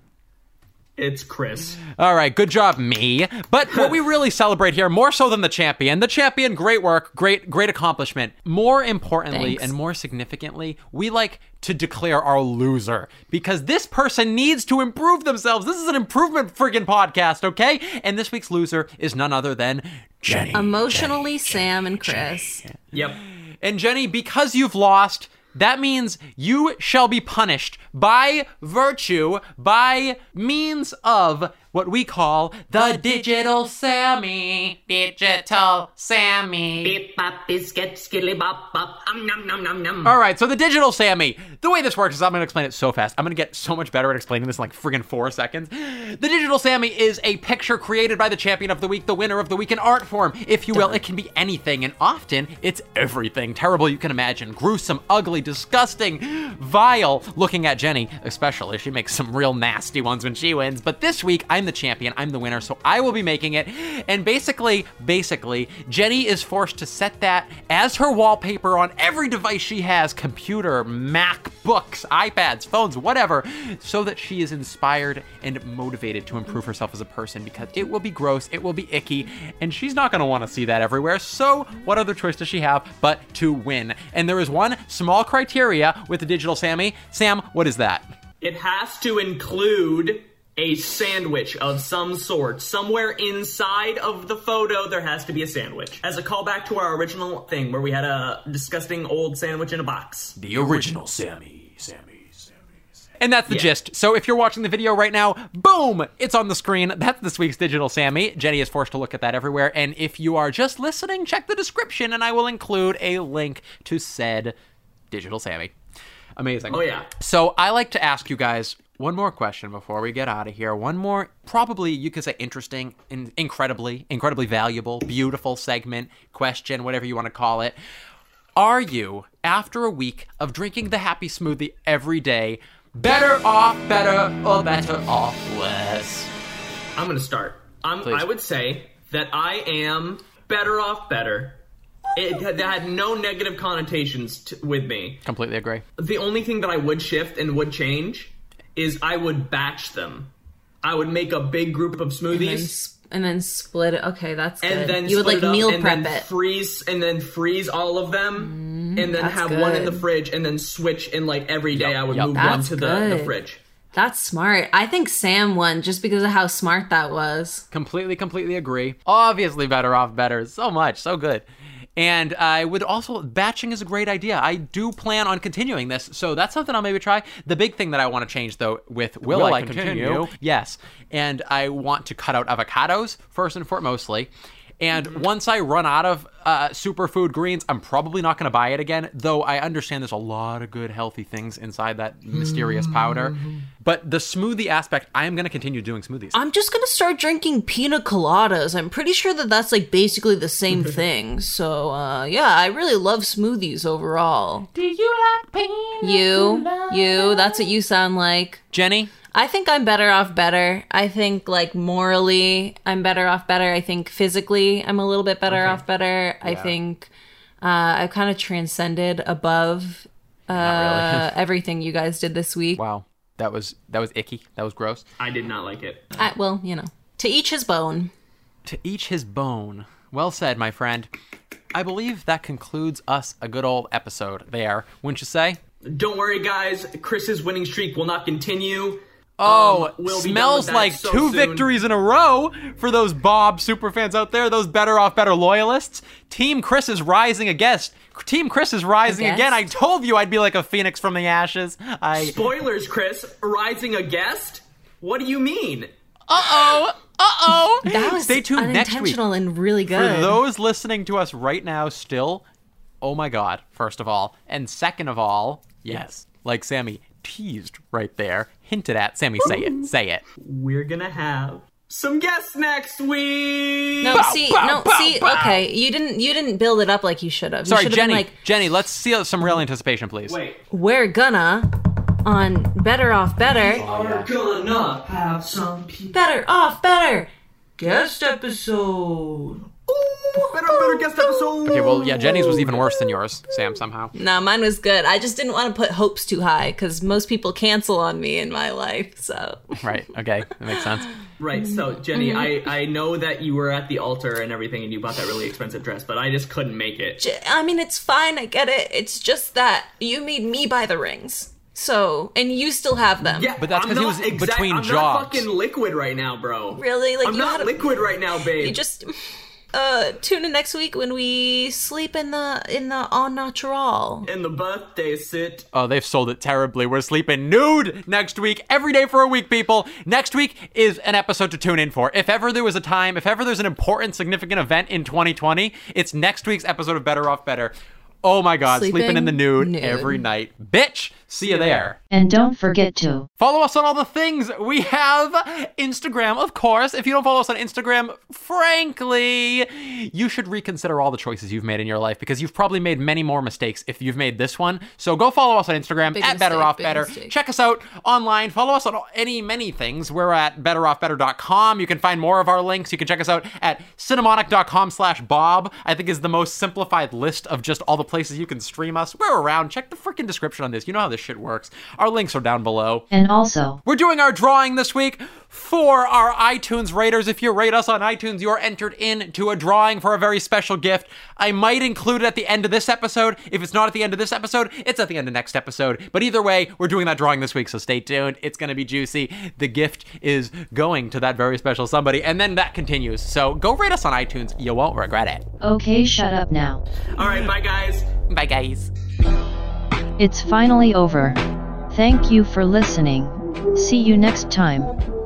S3: It's Chris.
S2: All right, good job, me. But what we really celebrate here, more so than the champion, the champion, great work, great, great accomplishment. More importantly
S1: Thanks.
S2: and more significantly, we like to declare our loser because this person needs to improve themselves. This is an improvement friggin' podcast, okay? And this week's loser is none other than Jenny.
S1: Emotionally, Sam and Chris.
S3: Yep.
S2: And Jenny, because you've lost, that means you shall be punished by virtue, by means of what we call the digital Sammy. Digital Sammy.
S7: Beep bop, biscuit, skilly bop bop, um nom nom nom nom.
S3: Mm.
S2: All right, so the digital Sammy. The way this works is I'm going to explain it so fast. I'm going to get so much better at explaining this in like friggin' four seconds. The digital Sammy is a picture created by the champion of the week, the winner of the week, an art form, if you will. It can be anything, and often it's everything terrible you can imagine. Gruesome, ugly, disgusting, vile. Looking at Jenny, especially, she makes some real nasty ones when she wins. But this week, I'm the champion, I'm the winner, so I will be making it. And basically, basically, Jenny is forced to set that as her wallpaper on every device she has computer, Mac, books, iPads, phones, whatever so that she is inspired and motivated to improve herself as a person because it will be gross, it will be icky, and she's not going to want to see that everywhere. So, what other choice does she have but to win? And there is one small criteria with the digital Sammy. Sam, what is that?
S3: It has to include a sandwich of some sort. Somewhere inside of the photo, there has to be a sandwich. As a callback to our original thing where we had a disgusting old sandwich in a box.
S2: The original Sammy, Sammy, Sammy. And that's the gist. So if you're watching the video right now, boom, it's on the screen. That's this week's Digital Sammy. Jenny is forced to look at that everywhere. And if you are just listening, check the description and I will include a link to said Digital Sammy. Amazing.
S3: Oh, yeah.
S2: So I like to ask you guys one more question before we get out of here. One more, probably you could say interesting, in- incredibly, incredibly valuable, beautiful segment, question, whatever you want to call it. Are you, after a week of drinking the happy smoothie every day, better off, better, or better off worse?
S3: I'm going to start. I'm,
S2: Please.
S3: I would say that I am better off better. It had, that had no negative connotations t- with me.
S2: Completely agree.
S3: The only thing that I would shift and would change is I would batch them. I would make a big group of
S1: and,
S3: smoothies
S1: s- and then split it. Okay, that's
S3: and
S1: good.
S3: then
S1: you would
S3: split
S1: like
S3: it up
S1: meal
S3: and
S1: prep
S3: then
S1: it. Mm,
S3: freeze and then freeze all of them and then
S1: that's
S3: have one in the
S1: good.
S3: fridge and then switch and like every day I would
S2: Yup.
S3: move one
S1: That's
S3: to the, the
S1: good.
S3: fridge.
S1: That's smart. I think Sam won just because of how smart that was.
S2: Completely, completely agree. Obviously, better off better. So much, so good. And I would also, batching is a great idea. I do plan on continuing this, so that's something I'll maybe try. The big thing that I want to change, though, with will, I continue? Yes. And I want to cut out avocados, first and foremostly. And once I run out of uh, superfood greens, I'm probably not going to buy it again, though I understand there's a lot of good, healthy things inside that mysterious powder. But the smoothie aspect, I am going to continue doing smoothies.
S1: I'm just gonna start drinking pina coladas. I'm pretty sure that that's like basically the same thing. So uh, yeah, I really love smoothies overall. Do you like pina? You, you. That's what you sound like.
S2: Jenny?
S1: I think I'm better off better. I think like morally, I'm better off better. I think physically, I'm a little bit better off better. I think uh, I've kind of transcended above uh, everything you guys did this week.
S2: Wow, that was that was icky. That was gross.
S3: I did not like it.
S1: I, well, you know, to each his bone.
S2: To each his bone. Well said, my friend. I believe that concludes us a good old episode there, wouldn't you say?
S3: Don't worry, guys. Chris's winning streak will not continue.
S2: Oh,
S3: Um, we'll be done
S2: smells
S3: with that
S2: like
S3: so
S2: two
S3: soon.
S2: victories in a row for those Bob superfans out there, those better off better loyalists. Team Chris is rising against. Team Chris is rising
S1: Against?
S2: again. I told you I'd be like a phoenix from the ashes. I
S3: Spoilers, Chris. Rising a guest? What do you mean?
S2: Uh-oh. Uh-oh.
S1: That was
S2: Stay tuned next week.
S1: unintentional and really good.
S2: For those listening to us right now, still, oh my God, first of all. And second of all, yes, like Sammy teased right there, hinted at. Sammy, say it, say it.
S3: We're gonna have some guests next week.
S1: no,
S2: Bow,
S1: see,
S2: bow,
S1: no,
S2: bow,
S1: see.
S2: bow.
S1: Okay, you didn't, you didn't build it up like you should have. You
S2: Sorry,
S1: should have
S2: Jenny.
S1: been like,
S2: Jenny, let's see some real anticipation, please.
S3: Wait.
S1: we're gonna on better off better.
S3: We're gonna have some
S1: better off better guest episode
S3: better, better guest episode.
S2: Okay, well, yeah, Jenny's was even worse than yours, Sam, somehow.
S1: no mine was good i just didn't want to put hopes too high because most people cancel on me in my life so
S2: Right, okay, that makes sense.
S3: Right, so Jenny, I,
S1: Mm-hmm.
S3: I know that you were at the altar and everything and you bought that really expensive dress, but I just couldn't make it.
S1: J- i mean it's fine i get it it's just that you made me buy the rings so and you still have them
S3: Yeah,
S2: But that's
S3: I'm
S2: 'cause he
S3: not
S2: was in
S3: exact-
S2: between
S3: I'm
S2: jobs.
S3: not fucking liquid right now, bro.
S1: Really? Like,
S3: I'm
S1: you
S3: not
S1: had a-
S3: liquid right now, babe.
S1: you just uh tune in next week when we sleep in the in the au natural
S3: in the birthday sit.
S2: Oh, they've sold it terribly. We're sleeping nude next week, every day for a week, people. Next week is an episode to tune in for. If ever there was a time, if ever there's an important, significant event in 2020, it's next week's episode of Better Off Better. Oh my God, sleeping, in
S1: Sleeping
S2: the nude,
S1: nude.
S2: every night. Bitch, see, you there.
S4: And don't forget to.
S2: Follow us on all the things. We have Instagram, of course. If you don't follow us on Instagram, frankly, you should reconsider all the choices you've made in your life because you've probably made many more mistakes if you've made this one. So go follow us on Instagram at
S1: mistake,
S2: Better Off
S1: big
S2: Better.
S1: mistake.
S2: Check us out online. Follow us on all- any many things. We're at betteroffbetter.com. You can find more of our links. You can check us out at cinemonic.com slash Bob. I think is the most simplified list of just all the places you can stream us. We're around. Check the freaking description on this. You know how this shit works. Our links are down below.
S4: And also,
S2: We're doing our drawing this week for our iTunes raters. If you rate us on iTunes, you are entered into a drawing for a very special gift. I might include it at the end of this episode. If it's not at the end of this episode, it's at the end of next episode. But either way, we're doing that drawing this week, so stay tuned. It's going to be juicy. The gift is going to that very special somebody, and then that continues. So go rate us on iTunes. You won't regret it.
S4: okay, shut up now.
S3: All right, bye guys.
S2: Bye, guys.
S4: It's finally over. Thank you for listening. See you next time.